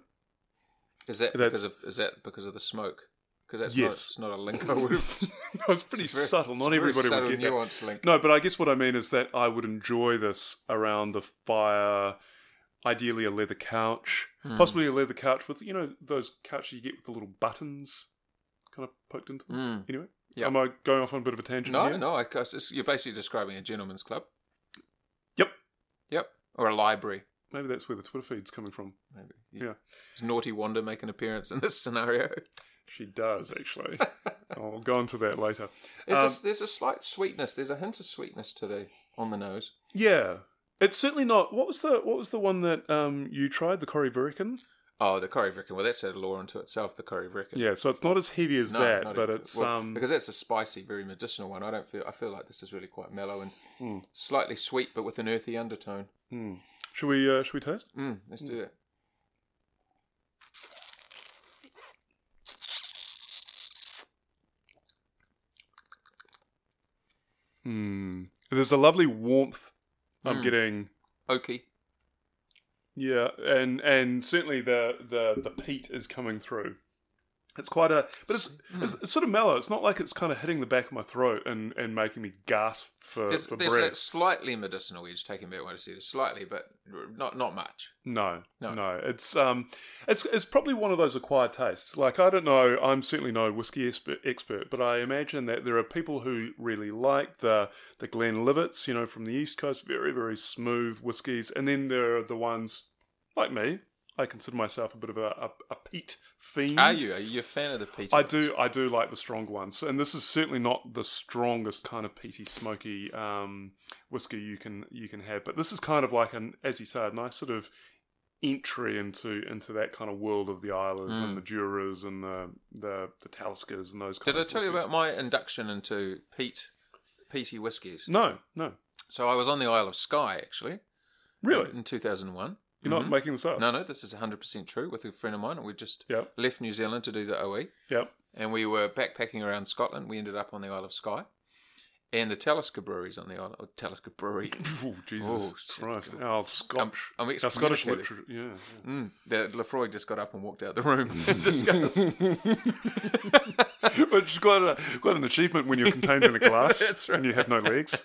[SPEAKER 2] is that
[SPEAKER 3] That's-
[SPEAKER 2] because of is that because of the smoke? Because that's
[SPEAKER 3] Yes.
[SPEAKER 2] not, it's not a link. I would have.
[SPEAKER 3] no, it's pretty
[SPEAKER 2] it's a very-
[SPEAKER 3] subtle.
[SPEAKER 2] it's
[SPEAKER 3] Not
[SPEAKER 2] a very
[SPEAKER 3] everybody
[SPEAKER 2] subtle,
[SPEAKER 3] would get that.
[SPEAKER 2] nuanced link.
[SPEAKER 3] No, but I guess what I mean is that I would enjoy this around a fire, ideally a leather couch,
[SPEAKER 2] Hmm.
[SPEAKER 3] possibly a leather couch with you know those couches you get with the little buttons kind of poked into them.
[SPEAKER 2] Mm.
[SPEAKER 3] Anyway,
[SPEAKER 2] Yeah.
[SPEAKER 3] am I going off on a bit of a tangent
[SPEAKER 2] No,
[SPEAKER 3] here?
[SPEAKER 2] no. I, 'cause it's- you're basically describing a gentleman's club.
[SPEAKER 3] Yep,
[SPEAKER 2] Yep, or a library.
[SPEAKER 3] maybe that's where the Twitter feed's coming from.
[SPEAKER 2] Maybe.
[SPEAKER 3] Yeah.
[SPEAKER 2] Does Naughty Wanda make an appearance in this scenario?
[SPEAKER 3] She does actually. I'll go on to that later.
[SPEAKER 2] There's,
[SPEAKER 3] Um,
[SPEAKER 2] a, there's a slight sweetness. There's a hint of sweetness to the on the nose.
[SPEAKER 3] Yeah, it's certainly not. What was the what was the one that um you tried the Corrie Vurican?
[SPEAKER 2] Oh, the curry Well, that's a law unto itself. The curry
[SPEAKER 3] Yeah, so it's not as heavy as
[SPEAKER 2] No,
[SPEAKER 3] that,
[SPEAKER 2] not
[SPEAKER 3] but
[SPEAKER 2] a-
[SPEAKER 3] it's
[SPEAKER 2] well,
[SPEAKER 3] um
[SPEAKER 2] because that's a spicy, very medicinal one. I don't feel. I feel like this is really quite mellow and slightly sweet, but with an earthy undertone.
[SPEAKER 3] Hmm. Should we uh, should we taste?
[SPEAKER 2] Mm, let's do it.
[SPEAKER 3] Mm. There's a lovely warmth I'm getting.
[SPEAKER 2] Oaky.
[SPEAKER 3] Hmm. Yeah, and and certainly the the the peat is coming through. It's quite a, but it's,
[SPEAKER 2] Hmm.
[SPEAKER 3] it's, it's sort of mellow. It's not like it's kind of hitting the back of my throat and, and making me gasp for,
[SPEAKER 2] There's,
[SPEAKER 3] for
[SPEAKER 2] there's
[SPEAKER 3] breath.
[SPEAKER 2] that slightly medicinal edge taken back when I see it. Slightly, but not not much.
[SPEAKER 3] No, no,
[SPEAKER 2] No.
[SPEAKER 3] It's um, it's it's probably one of those acquired tastes. Like I don't know. I'm certainly no whiskey expert, expert, but I imagine that there are people who really like the the Glenlivets, you know, from the East Coast, very very smooth whiskies, and then there are the ones like me. I consider myself a bit of a a, a peat fiend.
[SPEAKER 2] Are you? Are you a fan of the peaty?
[SPEAKER 3] I
[SPEAKER 2] ones?
[SPEAKER 3] do, I do like the strong ones, and this is certainly not the strongest kind of peaty, smoky um, whiskey you can you can have. But this is kind of like an, as you say, a nice sort of entry into into that kind of world of the Islas and the Juras and the the, the Taliskers and those. Kind
[SPEAKER 2] Hmm. Did I
[SPEAKER 3] of
[SPEAKER 2] tell you
[SPEAKER 3] whiskies.
[SPEAKER 2] about my induction into peat peaty whiskies?
[SPEAKER 3] No, no,
[SPEAKER 2] So I was on the Isle of Skye actually
[SPEAKER 3] really,
[SPEAKER 2] in 2001.
[SPEAKER 3] you're not making this up.
[SPEAKER 2] Mm-hmm. No, no, this is 100% true. With a friend of mine, and we just
[SPEAKER 3] Yep,
[SPEAKER 2] left New Zealand to do the E. OE.
[SPEAKER 3] yep.
[SPEAKER 2] and we were backpacking around Scotland. We ended up on the Isle of Skye, and the Talisker breweries on the island. Oh, Talisker brewery.
[SPEAKER 3] Oh, Jesus
[SPEAKER 2] Oh, shit.
[SPEAKER 3] Christ. Our Scotch.
[SPEAKER 2] I'm
[SPEAKER 3] our Scottish
[SPEAKER 2] excommunicated.
[SPEAKER 3] literature. Yeah. yeah.
[SPEAKER 2] Mm, the Lefroy just got up and walked out the room. in disgust.
[SPEAKER 3] Which is quite, a, quite an achievement when you're contained in a glass
[SPEAKER 2] That's right.
[SPEAKER 3] and you have no legs.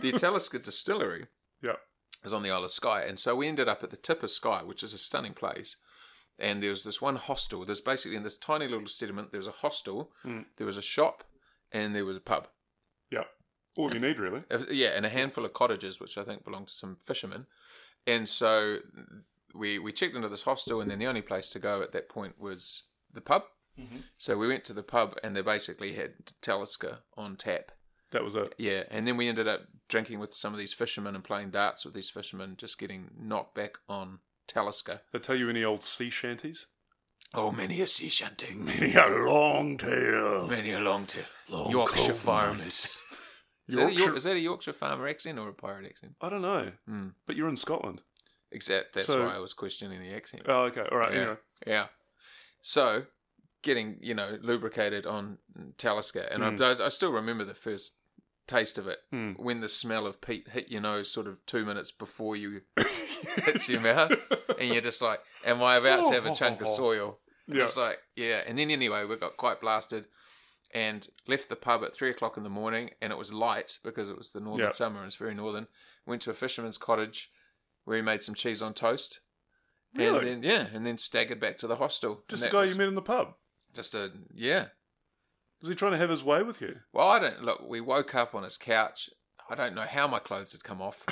[SPEAKER 2] the Talisker distillery
[SPEAKER 3] Yeah.
[SPEAKER 2] is on the Isle of Skye, and so we ended up at the tip of Skye, which is a stunning place. And there was this one hostel. There's basically in this tiny little settlement, there was a hostel, there was a shop, and there was a pub.
[SPEAKER 3] Yeah. All you need, really.
[SPEAKER 2] Uh, Yeah, and a handful of cottages, which I think belonged to some fishermen. And so we we checked into this hostel, and then the only place to go at that point was the pub.
[SPEAKER 3] Mm-hmm.
[SPEAKER 2] So we went to the pub, and they basically had Talisker on tap.
[SPEAKER 3] That was it.
[SPEAKER 2] Yeah, and then we ended up drinking with some of these fishermen and playing darts with these fishermen, just getting knocked back on Talisker.
[SPEAKER 3] They tell you any old sea shanties?
[SPEAKER 2] Oh, many a sea shanty,
[SPEAKER 3] Yeah, long tail.
[SPEAKER 2] many a long tail, Yorkshire farmers. Is that, a York,
[SPEAKER 3] Yorkshire-
[SPEAKER 2] is Hmm. that a Yorkshire farmer accent or a pirate accent?
[SPEAKER 3] I don't know. But you're in Scotland.
[SPEAKER 2] Exact. That's
[SPEAKER 3] So-
[SPEAKER 2] why I was questioning the accent.
[SPEAKER 3] Oh, okay. All right.
[SPEAKER 2] Yeah.
[SPEAKER 3] Anyway.
[SPEAKER 2] Yeah. So, getting you know lubricated on Talisker, and
[SPEAKER 3] Hmm.
[SPEAKER 2] I, I still remember the first taste of it
[SPEAKER 3] Mm.
[SPEAKER 2] when the smell of peat hit your nose, sort of two minutes before you hits your mouth, and you're just like, "Am I about to have a chunk of soil?"
[SPEAKER 3] Yeah.
[SPEAKER 2] It's like, yeah. And then anyway, we got quite blasted. And left the pub at three o'clock in the morning, and it was light because it was the northern
[SPEAKER 3] Yeah.
[SPEAKER 2] summer. and It's very northern. Went to a fisherman's cottage, where he made some cheese on toast,
[SPEAKER 3] Really?
[SPEAKER 2] and then yeah, and then staggered back to the hostel.
[SPEAKER 3] Just the
[SPEAKER 2] And
[SPEAKER 3] guy
[SPEAKER 2] that
[SPEAKER 3] you
[SPEAKER 2] was
[SPEAKER 3] met in the pub.
[SPEAKER 2] Just a yeah.
[SPEAKER 3] Was he trying to have his way with you?
[SPEAKER 2] Well, I don't look. We woke up on his couch. I don't know how my clothes had come off.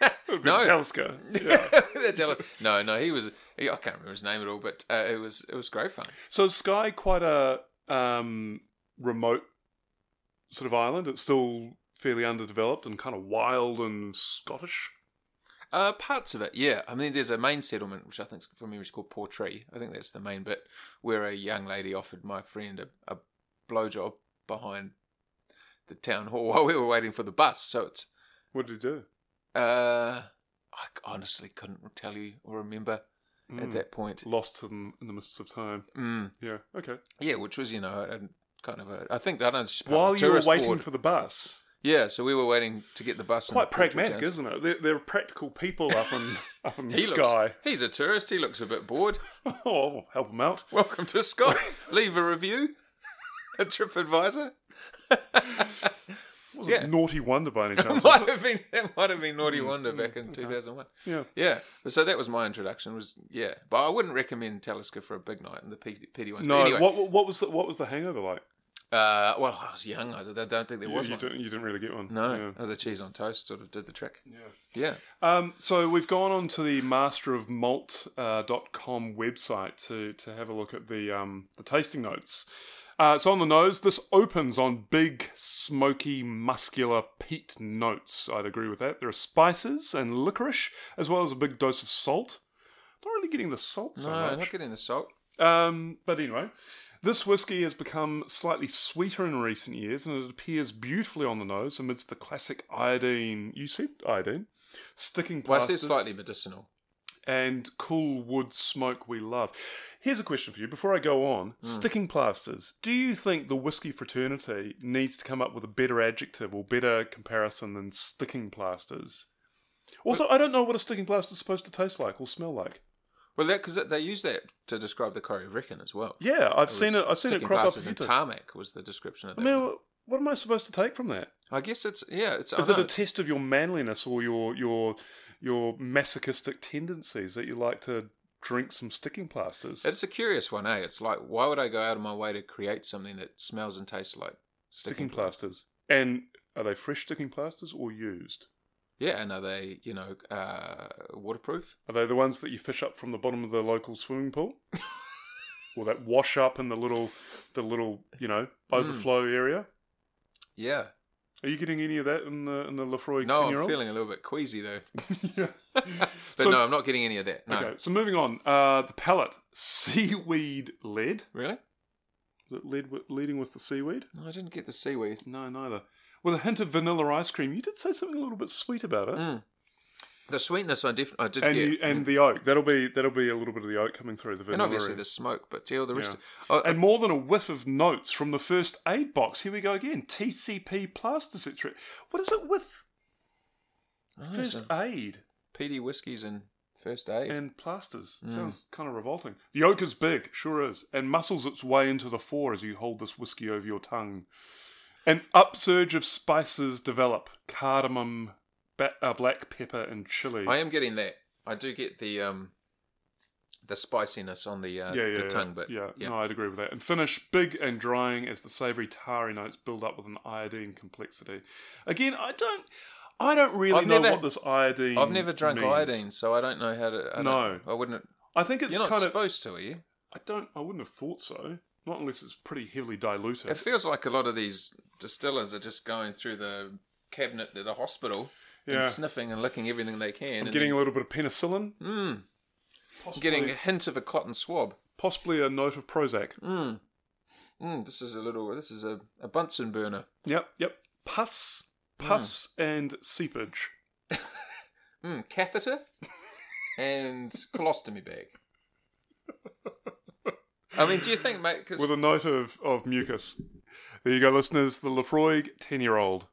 [SPEAKER 3] It would be
[SPEAKER 2] No.
[SPEAKER 3] the Talisker. Yeah.
[SPEAKER 2] They're telling- no, no, he was. He, I can't remember his name at all, but uh, it was it was great fun.
[SPEAKER 3] so is Skye quite a um, remote sort of island. It's still fairly underdeveloped and kind of wild and Scottish.
[SPEAKER 2] Uh, parts of it, yeah. I mean, there's a main settlement which I think is- from memory is called Portree. I think that's the main bit where a young lady offered my friend a, a blowjob behind the town hall while we were waiting for the bus. So it's
[SPEAKER 3] What did he do?
[SPEAKER 2] Uh, I honestly couldn't tell you or remember at
[SPEAKER 3] Mm.
[SPEAKER 2] that point.
[SPEAKER 3] Lost in, in the mists of time.
[SPEAKER 2] Mm.
[SPEAKER 3] Yeah. Okay.
[SPEAKER 2] Yeah, which was you know a, a kind of a I think I don't know, it's just part of
[SPEAKER 3] While
[SPEAKER 2] the
[SPEAKER 3] you were
[SPEAKER 2] tourist
[SPEAKER 3] waiting
[SPEAKER 2] board.
[SPEAKER 3] for the bus,
[SPEAKER 2] yeah, so we were waiting to get the bus. in
[SPEAKER 3] quite
[SPEAKER 2] the Portrait
[SPEAKER 3] pragmatic,
[SPEAKER 2] Towns.
[SPEAKER 3] isn't it? They're, they're practical people up in up in the
[SPEAKER 2] He
[SPEAKER 3] sky.
[SPEAKER 2] looks, he's a tourist. He looks a bit bored.
[SPEAKER 3] Oh, help them out.
[SPEAKER 2] Welcome to Scott. Leave a review. A TripAdvisor.
[SPEAKER 3] Was it Naughty Wonder by any chance?
[SPEAKER 2] might have been that might have been Naughty Wonder back in two thousand one.
[SPEAKER 3] yeah.
[SPEAKER 2] Yeah, but so that was my introduction. Was yeah, but I wouldn't recommend Talisker for a big night and the P- PD ones. But
[SPEAKER 3] No.
[SPEAKER 2] anyway,
[SPEAKER 3] What what- what was the what was the hangover like?
[SPEAKER 2] Uh, well, I was young. I don't I don't think there
[SPEAKER 3] You,
[SPEAKER 2] was
[SPEAKER 3] you
[SPEAKER 2] one.
[SPEAKER 3] didn't you didn't really get one.
[SPEAKER 2] No,
[SPEAKER 3] Yeah.
[SPEAKER 2] oh, the cheese on toast sort of did the trick. Yeah. Yeah.
[SPEAKER 3] Um, so we've gone on to the masterofmalt.com uh, dot com website to, to have a look at the um, the tasting notes. Uh, so on the nose, this opens on big, smoky, muscular peat notes. I'd agree with that. There are spices and licorice, as well as a big dose of salt. Not really getting the salt so
[SPEAKER 2] no,
[SPEAKER 3] much.
[SPEAKER 2] not getting the salt.
[SPEAKER 3] Um, but anyway, this whiskey has become slightly sweeter in recent years, and it appears beautifully on the nose amidst the classic iodine. You said iodine, sticking
[SPEAKER 2] Well, I
[SPEAKER 3] plasters,
[SPEAKER 2] said slightly medicinal.
[SPEAKER 3] and cool wood smoke we love. Here's a question for you before I go on:
[SPEAKER 2] Hmm.
[SPEAKER 3] sticking plasters. Do you think the whiskey fraternity needs to come up with a better adjective or better comparison than sticking plasters? Also, I don't know what a sticking plaster is supposed to taste like or smell like.
[SPEAKER 2] Well, that because they use that to describe the curry of Wrekin as well.
[SPEAKER 3] Yeah, I've
[SPEAKER 2] It
[SPEAKER 3] seen
[SPEAKER 2] was
[SPEAKER 3] it. I've seen it
[SPEAKER 2] sticking
[SPEAKER 3] crop up. a
[SPEAKER 2] plasters
[SPEAKER 3] few
[SPEAKER 2] and
[SPEAKER 3] times.
[SPEAKER 2] tarmac was the description of
[SPEAKER 3] I
[SPEAKER 2] that.
[SPEAKER 3] mean,
[SPEAKER 2] one.
[SPEAKER 3] wh- what am I supposed to take from that?
[SPEAKER 2] I guess it's yeah. It's
[SPEAKER 3] Is
[SPEAKER 2] I
[SPEAKER 3] it
[SPEAKER 2] know,
[SPEAKER 3] a test of your manliness or your your your masochistic tendencies that you like to drink some sticking plasters?
[SPEAKER 2] it's a curious one, eh? It's like why would I go out of my way to create something that smells and tastes like
[SPEAKER 3] sticking
[SPEAKER 2] sticking?
[SPEAKER 3] plasters. And are they fresh sticking plasters or used?
[SPEAKER 2] yeah, and are they you know uh, waterproof?
[SPEAKER 3] Are they the ones that you fish up from the bottom of the local swimming pool? or that wash up in the little the little, you know,
[SPEAKER 2] Hmm.
[SPEAKER 3] overflow area?
[SPEAKER 2] Yeah.
[SPEAKER 3] Are you getting any of that in the in the Lefroy
[SPEAKER 2] No, I'm
[SPEAKER 3] 10-year-old?
[SPEAKER 2] feeling a little bit queasy though.
[SPEAKER 3] yeah.
[SPEAKER 2] But
[SPEAKER 3] So-
[SPEAKER 2] no, I'm not getting any of that. No.
[SPEAKER 3] Okay, so moving on. Uh, the palate. Seaweed lead.
[SPEAKER 2] Really?
[SPEAKER 3] Is it lead with, leading with the seaweed?
[SPEAKER 2] No, I didn't get the seaweed.
[SPEAKER 3] No, neither. With a hint of vanilla ice cream. You did say something a little bit sweet about it.
[SPEAKER 2] Mm. The sweetness I, def- I did
[SPEAKER 3] and
[SPEAKER 2] get,
[SPEAKER 3] you, and the oak. That'll be that'll be a little bit of the oak coming through the vanilla.
[SPEAKER 2] and obviously
[SPEAKER 3] end.
[SPEAKER 2] the smoke, but yeah, all the rest.
[SPEAKER 3] Yeah.
[SPEAKER 2] Of, oh,
[SPEAKER 3] and more than a whiff of notes from the first aid box. Here we go again. TCP plastic trip. What is it with
[SPEAKER 2] Oh,
[SPEAKER 3] first aid
[SPEAKER 2] PD whiskies and first aid.
[SPEAKER 3] and plasters?
[SPEAKER 2] Mm.
[SPEAKER 3] Sounds kind of revolting. The oak is big, sure is, and muscles its way into the fore as you hold this whiskey over your tongue. An upsurge of spices develop: cardamom, ba- uh, black pepper, and chili.
[SPEAKER 2] I am getting that. I do get the um, the spiciness on the uh,
[SPEAKER 3] yeah, yeah,
[SPEAKER 2] the
[SPEAKER 3] yeah.
[SPEAKER 2] tongue, but
[SPEAKER 3] yeah, no, I'd agree with that. And finish big and drying as the savoury tarry notes build up with an iodine complexity. Again, I don't, I don't really
[SPEAKER 2] I've
[SPEAKER 3] know
[SPEAKER 2] never-
[SPEAKER 3] what this iodine.
[SPEAKER 2] I've never drunk
[SPEAKER 3] means.
[SPEAKER 2] iodine, so I don't know how to. I
[SPEAKER 3] No.
[SPEAKER 2] don't- I wouldn't.
[SPEAKER 3] I think it's
[SPEAKER 2] you're not
[SPEAKER 3] kind of.
[SPEAKER 2] supposed to, are you?
[SPEAKER 3] I don't. I wouldn't have thought so. Not unless it's pretty heavily diluted.
[SPEAKER 2] It feels like a lot of these distillers are just going through the cabinet at a hospital
[SPEAKER 3] Yeah.
[SPEAKER 2] and sniffing and licking everything they can, and
[SPEAKER 3] Getting a little bit of penicillin,
[SPEAKER 2] then getting a hint of a cotton swab.
[SPEAKER 3] possibly a note of Prozac.
[SPEAKER 2] Mm, this is a little. This is a, a Bunsen burner.
[SPEAKER 3] Yep, yep. Pus, pus, and seepage.
[SPEAKER 2] Mm, catheter and colostomy bag. I mean, do you think, mate? Because
[SPEAKER 3] with a note of, of mucus. There you go, listeners. The Lefroy 10 year old.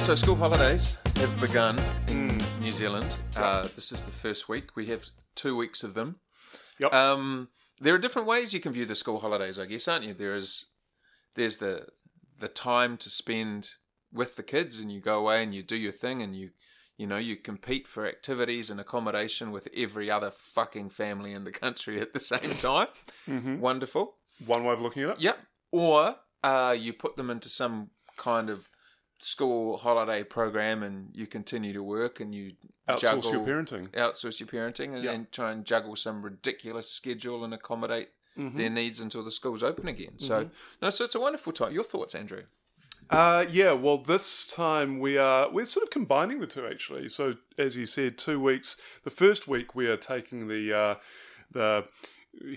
[SPEAKER 2] So school holidays have begun in New Zealand. Uh, this is the first week. We have two weeks of them.
[SPEAKER 3] Yep.
[SPEAKER 2] Um, there are different ways you can view the school holidays, I guess, aren't you? There is there's the the time to spend with the kids, and you go away and you do your thing, and you you know you compete for activities and accommodation with every other fucking family in the country at the same time. Wonderful.
[SPEAKER 3] One way of looking at it.
[SPEAKER 2] Yep. Or uh, you put them into some kind of school holiday program and you continue to work and you
[SPEAKER 3] Outsource
[SPEAKER 2] juggle,
[SPEAKER 3] your parenting.
[SPEAKER 2] outsource your parenting and,
[SPEAKER 3] Yep.
[SPEAKER 2] and try and juggle some ridiculous schedule and accommodate
[SPEAKER 3] Mm-hmm.
[SPEAKER 2] their needs until the school's open again. So no, so it's a wonderful time. Your thoughts, Andrew?
[SPEAKER 3] Uh, yeah. Well, this time we are we're sort of combining the two actually. So as you said, two weeks. The first week we are taking the uh, the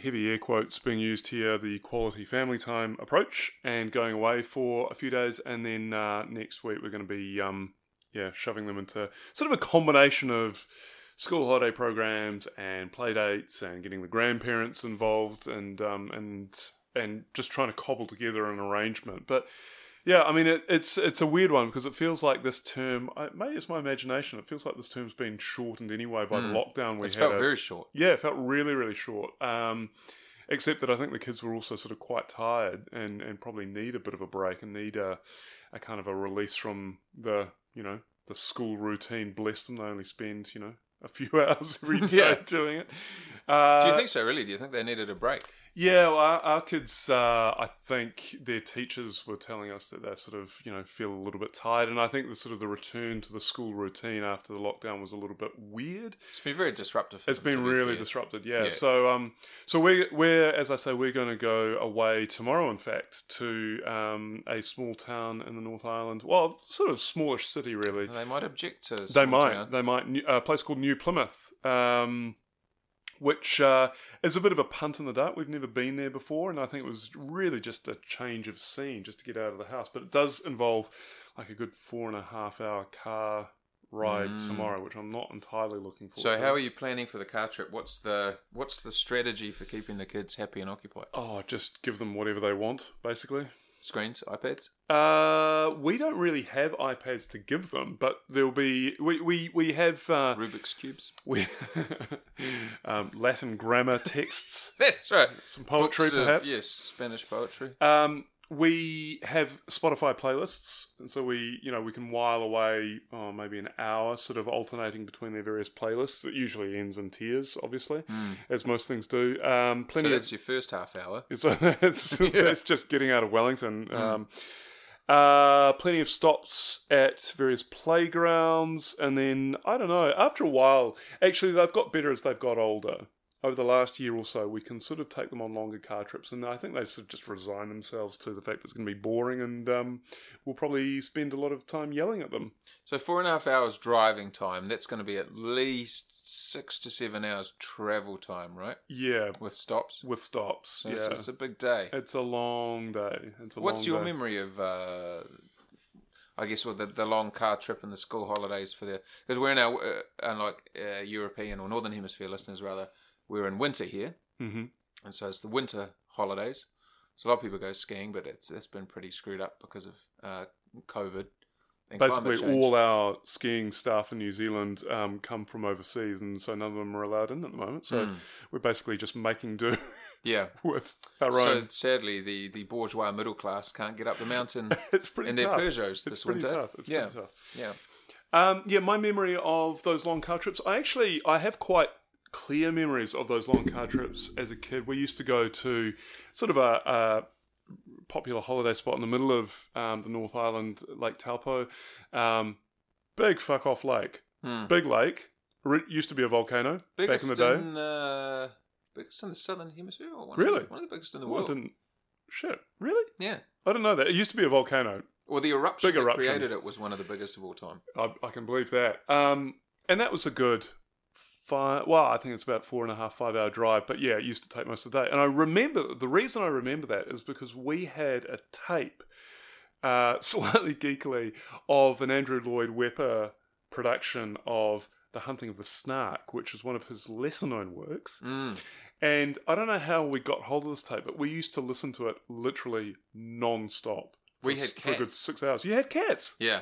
[SPEAKER 3] heavy air quotes being used here, the quality family time approach, and going away for a few days, and then uh, next week we're going to be um, yeah shoving them into sort of a combination of school holiday programs and play dates and getting the grandparents involved and um, and and just trying to cobble together an arrangement, but. Yeah, I mean it, it's it's a weird one because it feels like this term. I, maybe it's my imagination. It feels like this term's been shortened anyway by the lockdown we
[SPEAKER 2] Hmm. It's
[SPEAKER 3] had.
[SPEAKER 2] felt
[SPEAKER 3] a-
[SPEAKER 2] very short.
[SPEAKER 3] yeah, it felt really really short. Um, except that I think the kids were also sort of quite tired and and probably need a bit of a break and need a a kind of a release from the you know the school routine. Bless them, they only spend you know a few hours every day
[SPEAKER 2] Yeah.
[SPEAKER 3] doing it. Uh,
[SPEAKER 2] Do you think so? Really? Do you think they needed a break?
[SPEAKER 3] yeah, well, our, our kids, uh, I think their teachers were telling us that they sort of, you know, feel a little bit tired. And I think the sort of the return to the school routine after the lockdown was a little bit weird.
[SPEAKER 2] It's been very disruptive. for
[SPEAKER 3] It's
[SPEAKER 2] them,
[SPEAKER 3] been
[SPEAKER 2] to be
[SPEAKER 3] really
[SPEAKER 2] fair.
[SPEAKER 3] disrupted, yeah.
[SPEAKER 2] Yeah.
[SPEAKER 3] So, um, so we're, we're, as I say, we're going to go away tomorrow, in fact, to um, a small town in the North Island. Well, sort of smallish city, really.
[SPEAKER 2] They might object to.
[SPEAKER 3] They
[SPEAKER 2] small
[SPEAKER 3] might.
[SPEAKER 2] town.
[SPEAKER 3] They might. New- A place called New Plymouth, um, which uh, is a bit of a punt in the dark. We've never been there before, and I think it was really just a change of scene, just to get out of the house. But it does involve like a good four and a half hour car ride tomorrow, which I'm not entirely looking forward
[SPEAKER 2] Mm. So
[SPEAKER 3] to.
[SPEAKER 2] how are you planning for the car trip? What's the what's the strategy for keeping the kids happy and occupied?
[SPEAKER 3] Oh, just give them whatever they want, basically.
[SPEAKER 2] Screens, iPads.
[SPEAKER 3] Uh, we don't really have iPads to give them, but there'll be we we we have uh,
[SPEAKER 2] Rubik's cubes.
[SPEAKER 3] we um, Latin grammar texts.
[SPEAKER 2] That's right.
[SPEAKER 3] some poetry
[SPEAKER 2] Books of-
[SPEAKER 3] perhaps.
[SPEAKER 2] yes, Spanish poetry.
[SPEAKER 3] Um, we have Spotify playlists, and so we, you know, we can while away oh, maybe an hour, sort of alternating between their various playlists. It usually ends in tears, obviously, as most things do.
[SPEAKER 2] Hmm.
[SPEAKER 3] Um,
[SPEAKER 2] So
[SPEAKER 3] plenty of
[SPEAKER 2] that's your first half hour.
[SPEAKER 3] so that's, that's just getting out of Wellington.
[SPEAKER 2] Mm.
[SPEAKER 3] Um, uh, plenty of stops at various playgrounds, and then I don't know. After a while, actually, they've got better as they've got older. over the last year or so, we can sort of take them on longer car trips, and I think they sort of just resign themselves to the fact it's going to be boring, and um, we'll probably spend a lot of time yelling at them.
[SPEAKER 2] So four and a half hours driving time. That's going to be at least six to seven hours travel time, right?
[SPEAKER 3] Yeah,
[SPEAKER 2] With stops.
[SPEAKER 3] with stops.
[SPEAKER 2] So
[SPEAKER 3] yeah,
[SPEAKER 2] it's, it's a big day.
[SPEAKER 3] it's a long day. It's a
[SPEAKER 2] What's
[SPEAKER 3] long
[SPEAKER 2] your
[SPEAKER 3] day.
[SPEAKER 2] memory of? Uh, I guess well, the the long car trip and the school holidays for the because we're in our uh, unlike uh, European or Northern Hemisphere listeners rather we're in winter here
[SPEAKER 3] Mm-hmm.
[SPEAKER 2] and so it's the winter holidays. So a lot of people go skiing, but it's it's been pretty screwed up because of uh, COVID. And
[SPEAKER 3] Basically,
[SPEAKER 2] climate change.
[SPEAKER 3] all our skiing staff in New Zealand um, come from overseas, and so none of them are allowed in at the moment. So
[SPEAKER 2] Hmm.
[SPEAKER 3] we're basically just making do
[SPEAKER 2] yeah.
[SPEAKER 3] with our
[SPEAKER 2] So
[SPEAKER 3] own.
[SPEAKER 2] sadly, the, the bourgeois middle class can't get up the mountain
[SPEAKER 3] It's pretty
[SPEAKER 2] in their
[SPEAKER 3] tough.
[SPEAKER 2] Peugeots
[SPEAKER 3] it's
[SPEAKER 2] this
[SPEAKER 3] pretty
[SPEAKER 2] winter.
[SPEAKER 3] tough. It's
[SPEAKER 2] yeah,
[SPEAKER 3] pretty tough.
[SPEAKER 2] yeah.
[SPEAKER 3] Um, yeah, my memory of those long car trips. I actually I have quite clear memories of those long car trips as a kid. We used to go to sort of a, a popular holiday spot in the middle of um, the North Island, Lake Taupo. Um, big fuck off lake,
[SPEAKER 2] Hmm.
[SPEAKER 3] big lake. Re- used to be a volcano
[SPEAKER 2] Biggest
[SPEAKER 3] back in the day.
[SPEAKER 2] in uh, biggest in the southern hemisphere, or one
[SPEAKER 3] Really?
[SPEAKER 2] of the, one of the biggest in the
[SPEAKER 3] Oh, I
[SPEAKER 2] world.
[SPEAKER 3] didn't. Shit, really?
[SPEAKER 2] Yeah.
[SPEAKER 3] I didn't know that. It used to be a volcano.
[SPEAKER 2] Well, the eruption
[SPEAKER 3] Big
[SPEAKER 2] that
[SPEAKER 3] eruption.
[SPEAKER 2] created it was one of the biggest of all time.
[SPEAKER 3] I, I can believe that. Um, and that was a good five. Well, I think it's about four and a half, five hour drive. But yeah, it used to take most of the day. And I remember the reason I remember that is because we had a tape, uh, slightly geekily, of an Andrew Lloyd Webber production of The Hunting of the Snark, which is one of his lesser known works.
[SPEAKER 2] Mm.
[SPEAKER 3] And I don't know how we got hold of this tape, but we used to listen to it literally non stop.
[SPEAKER 2] We had
[SPEAKER 3] for a good
[SPEAKER 2] cats.
[SPEAKER 3] six hours. You had cats.
[SPEAKER 2] Yeah.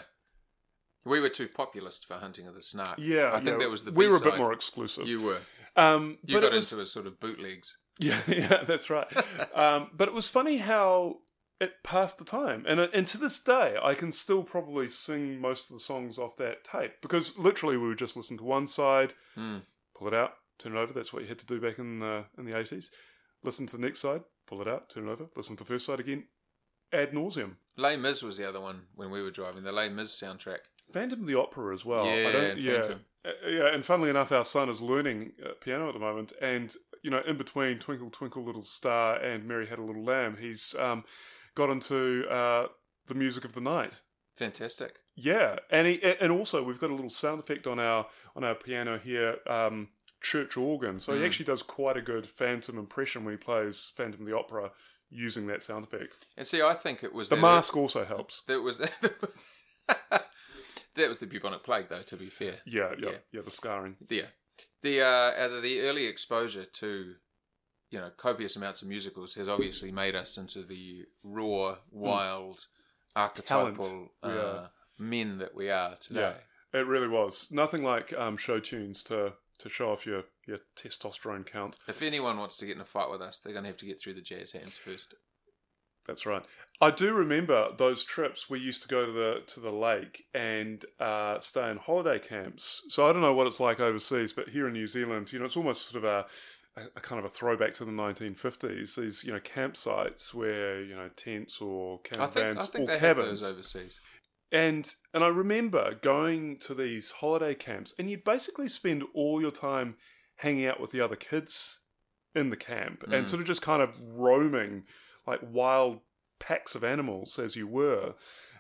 [SPEAKER 2] We were too populist for hunting of the snark.
[SPEAKER 3] Yeah,
[SPEAKER 2] I think
[SPEAKER 3] yeah.
[SPEAKER 2] that was the.
[SPEAKER 3] we were a bit
[SPEAKER 2] B-side.
[SPEAKER 3] more exclusive.
[SPEAKER 2] You were.
[SPEAKER 3] um,
[SPEAKER 2] You
[SPEAKER 3] but
[SPEAKER 2] got
[SPEAKER 3] it was,
[SPEAKER 2] into a sort of bootlegs.
[SPEAKER 3] yeah, yeah, that's right. um, but it was funny how it passed the time, and uh, and to this day, I can still probably sing most of the songs off that tape because literally we would just listen to one side,
[SPEAKER 2] Mm.
[SPEAKER 3] pull it out, turn it over. That's what you had to do back in the in the eighties. Listen to the next side, pull it out, turn it over. Listen to the first side again, ad nauseum.
[SPEAKER 2] Les Mis was the other one when we were driving the Les Mis soundtrack.
[SPEAKER 3] Phantom of the Opera as well.
[SPEAKER 2] Yeah,
[SPEAKER 3] I don't,
[SPEAKER 2] and
[SPEAKER 3] yeah,
[SPEAKER 2] Phantom.
[SPEAKER 3] Uh, yeah. And funnily enough, our son is learning uh, piano at the moment, and you know, in between "Twinkle Twinkle Little Star" and "Mary Had a Little Lamb," he's um, got into uh, the music of the night.
[SPEAKER 2] Fantastic.
[SPEAKER 3] Yeah, and he, a- and also we've got a little sound effect on our on our piano here, um, church organ. So he
[SPEAKER 2] Mm.
[SPEAKER 3] actually does quite a good Phantom impression when he plays Phantom of the Opera using that sound effect.
[SPEAKER 2] And see, I think it was
[SPEAKER 3] The
[SPEAKER 2] that-
[SPEAKER 3] mask also helps.
[SPEAKER 2] That was that was the bubonic plague, though. To be fair,
[SPEAKER 3] Yeah, yeah, yeah,
[SPEAKER 2] Yeah.
[SPEAKER 3] the scarring.
[SPEAKER 2] yeah. The uh, uh, the early exposure to you know copious amounts of musicals has obviously made us into the raw, wild, archetypal
[SPEAKER 3] Hmm. Talent. We
[SPEAKER 2] uh,
[SPEAKER 3] are.
[SPEAKER 2] men that we are today.
[SPEAKER 3] It really was nothing like um, show tunes to to show off your your testosterone count.
[SPEAKER 2] If anyone wants to get in a fight with us, they're going to have to get through the jazz hands first.
[SPEAKER 3] That's right. I do remember those trips. We used to go to the to the lake and uh, stay in holiday camps. So I don't know what it's like overseas, but here in New Zealand, you know, it's almost sort of a a a kind of a throwback to the 1950s. These you know campsites where you know tents or
[SPEAKER 2] I
[SPEAKER 3] caravans
[SPEAKER 2] think I think
[SPEAKER 3] or
[SPEAKER 2] they have
[SPEAKER 3] cabins.
[SPEAKER 2] those overseas.
[SPEAKER 3] And and I remember going to these holiday camps, and you'd basically spend all your time hanging out with the other kids in the camp, and
[SPEAKER 2] Mm.
[SPEAKER 3] sort of just kind of roaming like wild packs of animals as you were,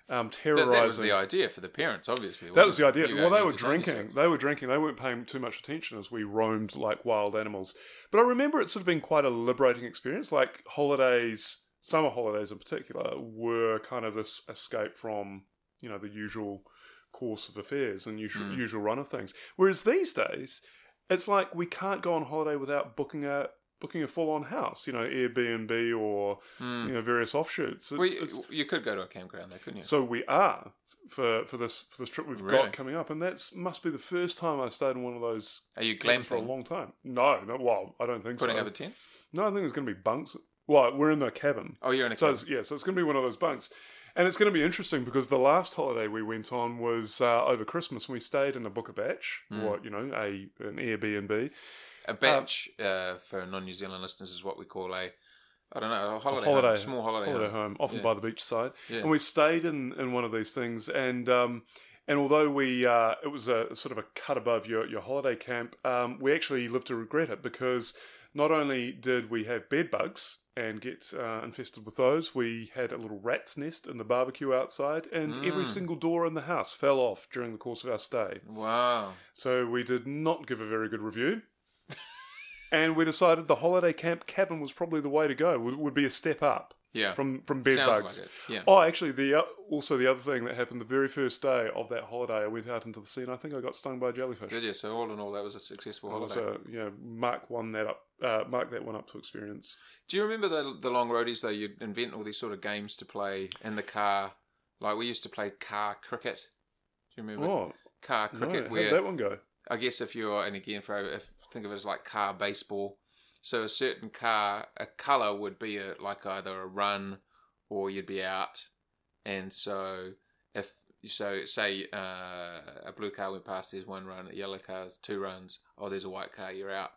[SPEAKER 3] um,
[SPEAKER 2] That,
[SPEAKER 3] terrorizing.
[SPEAKER 2] that was the idea for the parents, obviously.
[SPEAKER 3] That
[SPEAKER 2] wasn't
[SPEAKER 3] was
[SPEAKER 2] it?
[SPEAKER 3] the idea.
[SPEAKER 2] You
[SPEAKER 3] Well,
[SPEAKER 2] only
[SPEAKER 3] they were
[SPEAKER 2] entertain yourself.
[SPEAKER 3] drinking. They were drinking. They weren't paying too much attention as we roamed like wild animals. But I remember it sort of being quite a liberating experience. Like holidays, summer holidays in particular, were kind of this escape from you know the usual course of affairs and usual
[SPEAKER 2] Mm.
[SPEAKER 3] usual run of things. Whereas these days, it's like we can't go on holiday without booking a booking a full on house. You know, Airbnb or
[SPEAKER 2] Mm.
[SPEAKER 3] you know various offshoots. It's,
[SPEAKER 2] Well,
[SPEAKER 3] it's-
[SPEAKER 2] you, you could go to a campground, though, couldn't you?
[SPEAKER 3] so we are for for this for this trip we've
[SPEAKER 2] Really?
[SPEAKER 3] got coming up, and that's must be the first time I stayed in one of those
[SPEAKER 2] Are you
[SPEAKER 3] camps for a
[SPEAKER 2] glamping?
[SPEAKER 3] long time. No, no, well, I don't think
[SPEAKER 2] Putting
[SPEAKER 3] so.
[SPEAKER 2] up a tent?
[SPEAKER 3] no, I think there's going to be bunks. Well, we're in a cabin,
[SPEAKER 2] Oh, you're in a
[SPEAKER 3] so
[SPEAKER 2] cabin.
[SPEAKER 3] it's, yeah, so it's going to be one of those bunks, and it's going to be interesting because the last holiday we went on was uh, over Christmas, and we stayed in a Booker Batch,
[SPEAKER 2] Mm.
[SPEAKER 3] or you know, a an Airbnb, um,
[SPEAKER 2] A batch uh, for non-New Zealand listeners is what we call a, I don't know, a holiday,
[SPEAKER 3] holiday-
[SPEAKER 2] home, small holiday,
[SPEAKER 3] holiday
[SPEAKER 2] home.
[SPEAKER 3] home, often
[SPEAKER 2] Oh, Yeah.
[SPEAKER 3] by the beachside.
[SPEAKER 2] Yeah.
[SPEAKER 3] and we stayed in, in one of these things and um And although we, uh, it was a sort of a cut above your, your holiday camp, um, we actually lived to regret it because not only did we have bed bugs and get uh, infested with those, we had a little rat's nest in the barbecue outside, and every
[SPEAKER 2] Mm.
[SPEAKER 3] single door in the house fell off during the course of our stay.
[SPEAKER 2] Wow.
[SPEAKER 3] So we did not give a very good review. and we decided the holiday camp cabin was probably the way to go, would, would be a step up
[SPEAKER 2] Yeah.
[SPEAKER 3] from from bed
[SPEAKER 2] Sounds
[SPEAKER 3] bugs.
[SPEAKER 2] like it. Yeah.
[SPEAKER 3] Oh, actually, the uh, also the other thing that happened the very first day of that holiday, I went out into the sea and I think I got stung by a jellyfish.
[SPEAKER 2] Did you? So all in all, that was a successful
[SPEAKER 3] I was
[SPEAKER 2] holiday.
[SPEAKER 3] uh, you know mark one that up, uh, mark that one up to experience.
[SPEAKER 2] Do you remember the the long roadies though? You'd invent all these sort of games to play in the car. Like we used to play car cricket. Do you remember
[SPEAKER 3] Oh,
[SPEAKER 2] car
[SPEAKER 3] no,
[SPEAKER 2] cricket?
[SPEAKER 3] how'd
[SPEAKER 2] where
[SPEAKER 3] that one go?
[SPEAKER 2] I guess if you're and again for if think of it as like car baseball. So a certain car, a color would be a, like either a run or you'd be out. And so if so, say uh, a blue car went past, there's one run. A yellow car's two runs. Oh, there's a white car, you're out.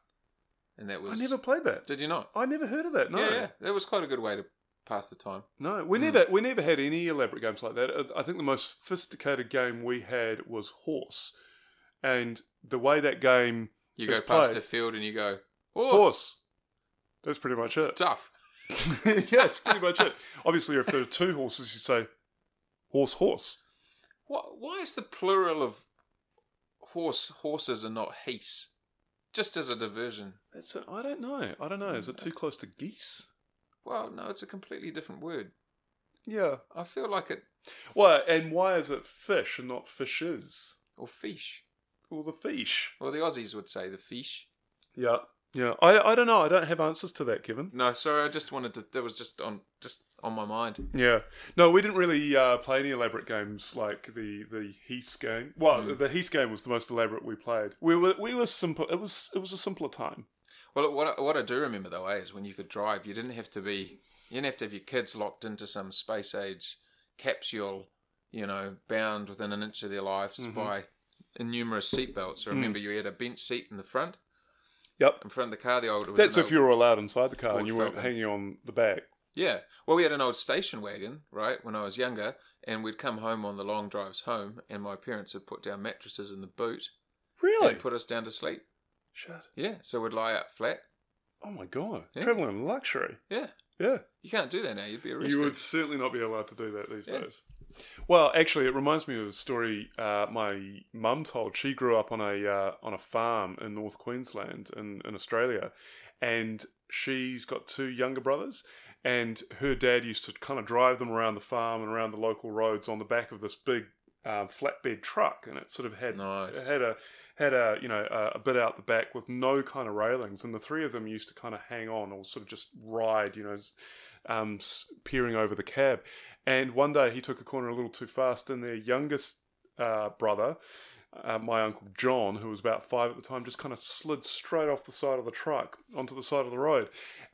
[SPEAKER 2] And that
[SPEAKER 3] I
[SPEAKER 2] was.
[SPEAKER 3] never played that.
[SPEAKER 2] Did you not?
[SPEAKER 3] I never heard of that. No,
[SPEAKER 2] Yeah, yeah, Mm. that was quite a good way to pass the time.
[SPEAKER 3] no, we never we never had any elaborate games like that. Uh, I think the most sophisticated game we had was horse, and the way that game
[SPEAKER 2] You
[SPEAKER 3] It's
[SPEAKER 2] go past
[SPEAKER 3] played.
[SPEAKER 2] a field and you go horse.
[SPEAKER 3] horse. That's pretty much it.
[SPEAKER 2] It's tough.
[SPEAKER 3] yeah, that's pretty much it. Obviously, if there are two horses, you say horse, horse.
[SPEAKER 2] What? Why is the plural of horse horses and not heese? Just as a diversion.
[SPEAKER 3] That's a, I don't know. I don't know. Is it too close to geese?
[SPEAKER 2] Well, no, it's a completely different word.
[SPEAKER 3] Yeah.
[SPEAKER 2] I feel like it
[SPEAKER 3] Well, and why is it fish and not fishes
[SPEAKER 2] or fish.
[SPEAKER 3] or the fish?
[SPEAKER 2] Well, the Aussies would say the fish.
[SPEAKER 3] Yeah. Yeah. I, I don't know. I don't have answers to that, Kevin.
[SPEAKER 2] No, sorry, I just wanted to. That was just on just on my mind.
[SPEAKER 3] Yeah. No, we didn't really uh, play any elaborate games like the the Heath game. Well, the Heath game was the most elaborate we played. We were we were simple. It was it was a simpler time.
[SPEAKER 2] Well, what I, what I do remember though eh, is when you could drive, you didn't have to be, you didn't have to have your kids locked into some space age capsule, you know, bound within an inch of their lives by numerous seatbelts. I remember you had a bench seat in the front,
[SPEAKER 3] Yep.
[SPEAKER 2] in front of the car. The old it was
[SPEAKER 3] That's
[SPEAKER 2] an
[SPEAKER 3] if
[SPEAKER 2] old-
[SPEAKER 3] you were allowed inside the car
[SPEAKER 2] Ford
[SPEAKER 3] and you weren't
[SPEAKER 2] Falcon.
[SPEAKER 3] hanging on the back.
[SPEAKER 2] Yeah. Well, we had an old station wagon, right, when I was younger, and we'd come home on the long drives home, and my parents had put down mattresses in the boot
[SPEAKER 3] Really?
[SPEAKER 2] and put us down to sleep.
[SPEAKER 3] Shit.
[SPEAKER 2] Yeah. So we'd lie out flat.
[SPEAKER 3] Oh my god.
[SPEAKER 2] Yeah.
[SPEAKER 3] Traveling in luxury.
[SPEAKER 2] Yeah.
[SPEAKER 3] Yeah.
[SPEAKER 2] You can't do that now. You'd be arrested.
[SPEAKER 3] You would certainly not be allowed to do that these
[SPEAKER 2] Yeah.
[SPEAKER 3] days. Well, actually, it reminds me of a story uh, my mum told. She grew up on a uh, on a farm in North Queensland in, in Australia, and she's got two younger brothers. And her dad used to kind of drive them around the farm and around the local roads on the back of this big um, flatbed truck, and it sort of had
[SPEAKER 2] Nice.
[SPEAKER 3] it had a had a you know a, a bit out the back with no kind of railings, and the three of them used to kind of hang on or sort of just ride, you know, s- um, s- peering over the cab. And one day he took a corner a little too fast, and their youngest uh, brother, uh, my uncle John, who was about five at the time, just kind of slid straight off the side of the truck onto the side of the road.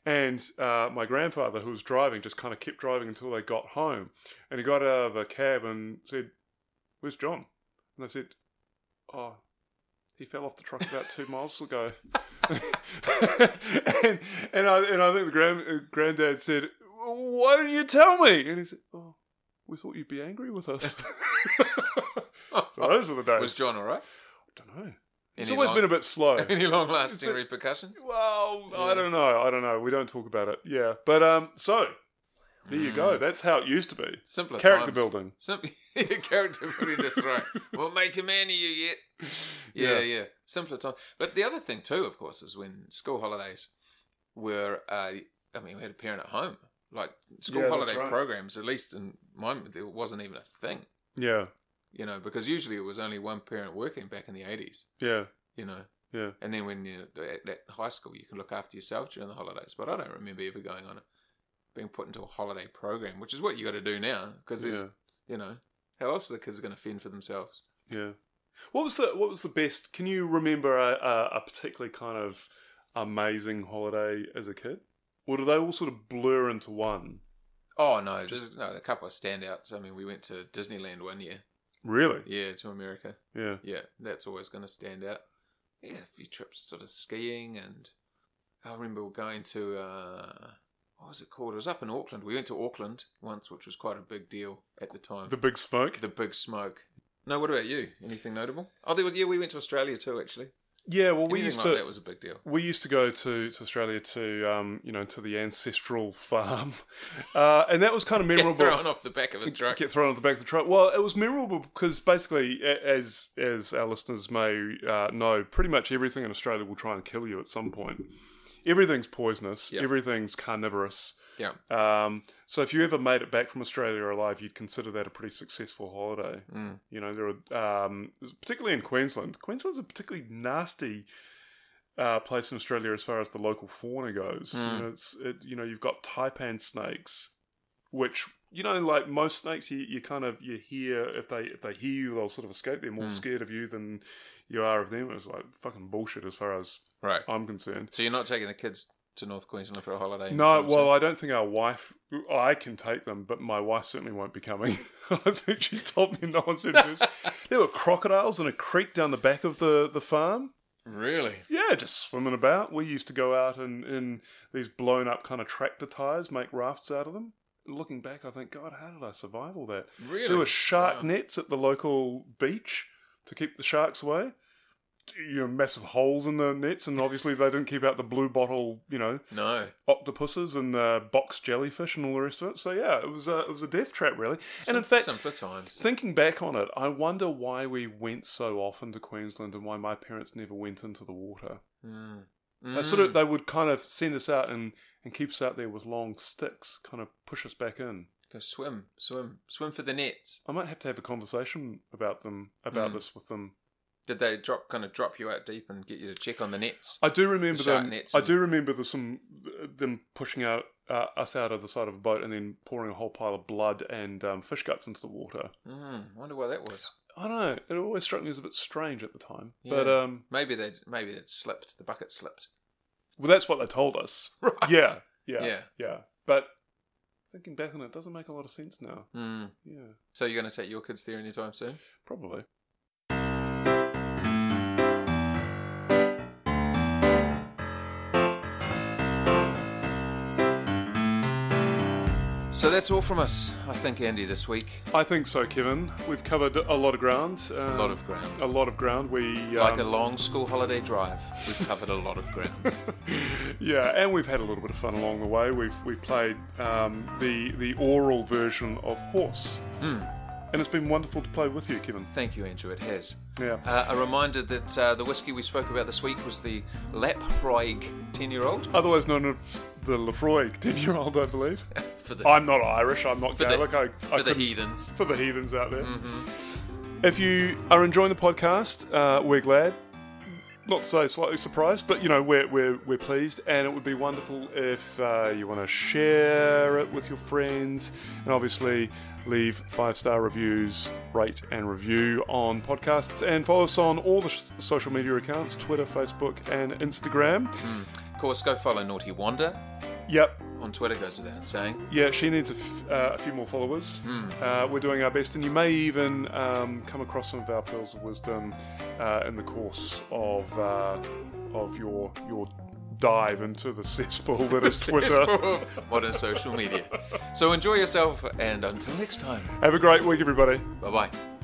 [SPEAKER 3] And uh, my grandfather, who was driving, just kind of kept driving until they got home. And he got out of the cab and said, Where's John? And they said, Oh, he fell off the truck about two miles ago. and, and, I, and I think the grand, uh, granddad said, Why didn't you tell me? And he said, Oh, we thought you'd be angry with us. so those were the days.
[SPEAKER 2] was John all right?
[SPEAKER 3] don't know. It's
[SPEAKER 2] Any
[SPEAKER 3] always
[SPEAKER 2] long-
[SPEAKER 3] been a bit slow.
[SPEAKER 2] Any long lasting repercussions?
[SPEAKER 3] well, I
[SPEAKER 2] Yeah.
[SPEAKER 3] don't know. I don't know. We don't talk about it. Yeah, but um, so there you go. That's how it used to be.
[SPEAKER 2] Simpler
[SPEAKER 3] Character
[SPEAKER 2] Mm. times.
[SPEAKER 3] building.
[SPEAKER 2] Sim- character building, that's right. What made a man of you yet? Yeah,
[SPEAKER 3] Yeah.
[SPEAKER 2] yeah, Simpler time. But the other thing too, of course, is when school holidays were. Uh, I mean, we had a parent at home. Like school
[SPEAKER 3] Yeah, that's
[SPEAKER 2] holiday
[SPEAKER 3] right.
[SPEAKER 2] programs, at least in my, there wasn't even a thing.
[SPEAKER 3] Yeah,
[SPEAKER 2] You know, because usually it was only one parent working back in the eighties.
[SPEAKER 3] yeah,
[SPEAKER 2] You know,
[SPEAKER 3] yeah.
[SPEAKER 2] and then when you at, at high school, you can look after yourself during the holidays. But I don't remember ever going on a being put into a holiday program, which is what you got to do now because there's
[SPEAKER 3] Yeah.
[SPEAKER 2] you know how else are the kids going to fend for themselves?
[SPEAKER 3] Yeah. What was the What was the best? Can you remember a, a, a particularly kind of amazing holiday as a kid, or do they all sort of blur into one?
[SPEAKER 2] Oh no, just no. A couple of standouts. I mean, we went to Disneyland one year.
[SPEAKER 3] Really?
[SPEAKER 2] Yeah, to America.
[SPEAKER 3] Yeah.
[SPEAKER 2] Yeah, that's always going to stand out. Yeah, a few trips, sort of skiing, and I remember going to uh, what was it called? It was up in Auckland. We went to Auckland once, which was quite a big deal at the time.
[SPEAKER 3] The big smoke.
[SPEAKER 2] the big smoke. No, what about you? Anything notable? Oh, there was, yeah, we went to Australia too, actually.
[SPEAKER 3] Yeah, well, we
[SPEAKER 2] Anything
[SPEAKER 3] used
[SPEAKER 2] like
[SPEAKER 3] to
[SPEAKER 2] that was a big deal.
[SPEAKER 3] we used to go to, to Australia to um, you know to the ancestral farm, uh, and that was kind of
[SPEAKER 2] Get
[SPEAKER 3] memorable.
[SPEAKER 2] thrown off the back of a truck.
[SPEAKER 3] Get thrown on the back of the truck. Well, it was memorable because basically, a- as as our listeners may uh, know, pretty much everything in Australia will try and kill you at some point. Everything's poisonous.
[SPEAKER 2] Yeah.
[SPEAKER 3] Everything's carnivorous.
[SPEAKER 2] Yeah.
[SPEAKER 3] Um, so if you ever made it back from Australia alive, you'd consider that a pretty successful holiday.
[SPEAKER 2] Mm.
[SPEAKER 3] You know, there are um, particularly in Queensland. Queensland's a particularly nasty uh, place in Australia as far as the local fauna goes. You know, it's it, you know you've got taipan snakes, which you know like most snakes, you, you kind of you hear if they if they hear you, they'll sort of escape. They're more scared of you than you are of them. It's like fucking bullshit as far as
[SPEAKER 2] Right.
[SPEAKER 3] I'm concerned.
[SPEAKER 2] So you're not taking the kids to North Queensland for a holiday?
[SPEAKER 3] No,
[SPEAKER 2] anytime soon?
[SPEAKER 3] well, I don't think our wife. I can take them, but my wife certainly won't be coming. I think she told me no one said this. there were crocodiles in a creek down the back of the, the farm.
[SPEAKER 2] Really?
[SPEAKER 3] Yeah, just swimming about. We used to go out and in these blown up kind of tractor tires, make rafts out of them. Looking back, I think, God, how did I survive all that?
[SPEAKER 2] Really?
[SPEAKER 3] There were shark
[SPEAKER 2] Wow.
[SPEAKER 3] nets at the local beach to keep the sharks away. You know, massive holes in the nets, and obviously they didn't keep out the blue bottle, you know,
[SPEAKER 2] No.
[SPEAKER 3] octopuses and uh, box jellyfish and all the rest of it. So yeah, it was a it was a death trap really. and in fact,
[SPEAKER 2] simpler times.
[SPEAKER 3] thinking back on it, I wonder why we went so often to Queensland and why my parents never went into the water.
[SPEAKER 2] Mm.
[SPEAKER 3] They sort of they would kind of send us out and and keep us out there with long sticks, kind of push us back in.
[SPEAKER 2] Go swim, swim, swim for the nets.
[SPEAKER 3] I might have to have a conversation about them about
[SPEAKER 2] Mm.
[SPEAKER 3] this with them.
[SPEAKER 2] Did they drop kind of drop you out deep and get you to check on the nets?
[SPEAKER 3] I do remember
[SPEAKER 2] shark
[SPEAKER 3] them.
[SPEAKER 2] nets
[SPEAKER 3] I
[SPEAKER 2] and-
[SPEAKER 3] do remember the, some them pushing out uh, us out of the side of a boat and then pouring a whole pile of blood and um, fish guts into the water.
[SPEAKER 2] Mm, wonder why that was.
[SPEAKER 3] I don't know. It always struck me as a bit strange at the time.
[SPEAKER 2] Yeah.
[SPEAKER 3] But um,
[SPEAKER 2] Maybe they maybe it slipped. The bucket slipped.
[SPEAKER 3] well, that's what they told us.
[SPEAKER 2] Right.
[SPEAKER 3] Yeah, yeah, yeah,
[SPEAKER 2] Yeah.
[SPEAKER 3] But thinking back on it, it doesn't make a lot of sense now.
[SPEAKER 2] Mm.
[SPEAKER 3] Yeah,
[SPEAKER 2] So you're going to take your kids there anytime soon?
[SPEAKER 3] probably.
[SPEAKER 2] So that's all from us, I think, Andy, this week.
[SPEAKER 3] I think so, Kevin. We've covered a lot of ground. Um,
[SPEAKER 2] A lot of ground.
[SPEAKER 3] a lot of ground. We um,
[SPEAKER 2] Like a long school holiday drive, we've covered a lot of ground.
[SPEAKER 3] yeah, and we've had a little bit of fun along the way. We've we played um, the the oral version of Horse,
[SPEAKER 2] Hmm.
[SPEAKER 3] and it's been wonderful to play with you, Kevin.
[SPEAKER 2] Thank you, Andrew. It has.
[SPEAKER 3] Yeah.
[SPEAKER 2] Uh, a reminder that uh, the whiskey we spoke about this week was the Laphroaig 10 year old.
[SPEAKER 3] Otherwise known as the Lefroy ten-year-old, I believe.
[SPEAKER 2] For the,
[SPEAKER 3] I'm not Irish. I'm not
[SPEAKER 2] For the-
[SPEAKER 3] Gaelic. I, I
[SPEAKER 2] for the
[SPEAKER 3] couldn't-
[SPEAKER 2] heathens.
[SPEAKER 3] for the heathens out there. If you are enjoying the podcast, uh, we're glad. Not to say slightly surprised, but you know we're we're, we're pleased, and it would be wonderful if uh, you want to share it with your friends, and obviously leave five star reviews, rate and review on podcasts, and follow us on all the sh- social media accounts: Twitter, Facebook, and Instagram.
[SPEAKER 2] Of course, go follow Naughty Wanda
[SPEAKER 3] Yep,
[SPEAKER 2] on Twitter, goes without saying.
[SPEAKER 3] Yeah, she needs a, f- uh, a few more followers. Uh, we're doing our best, and you may even um, come across some of our pearls of wisdom uh, in the course of uh, of your your dive into the cesspool that is Twitter.
[SPEAKER 2] Modern social media. So enjoy yourself, and until next time,
[SPEAKER 3] Have a great week, everybody.
[SPEAKER 2] bye bye.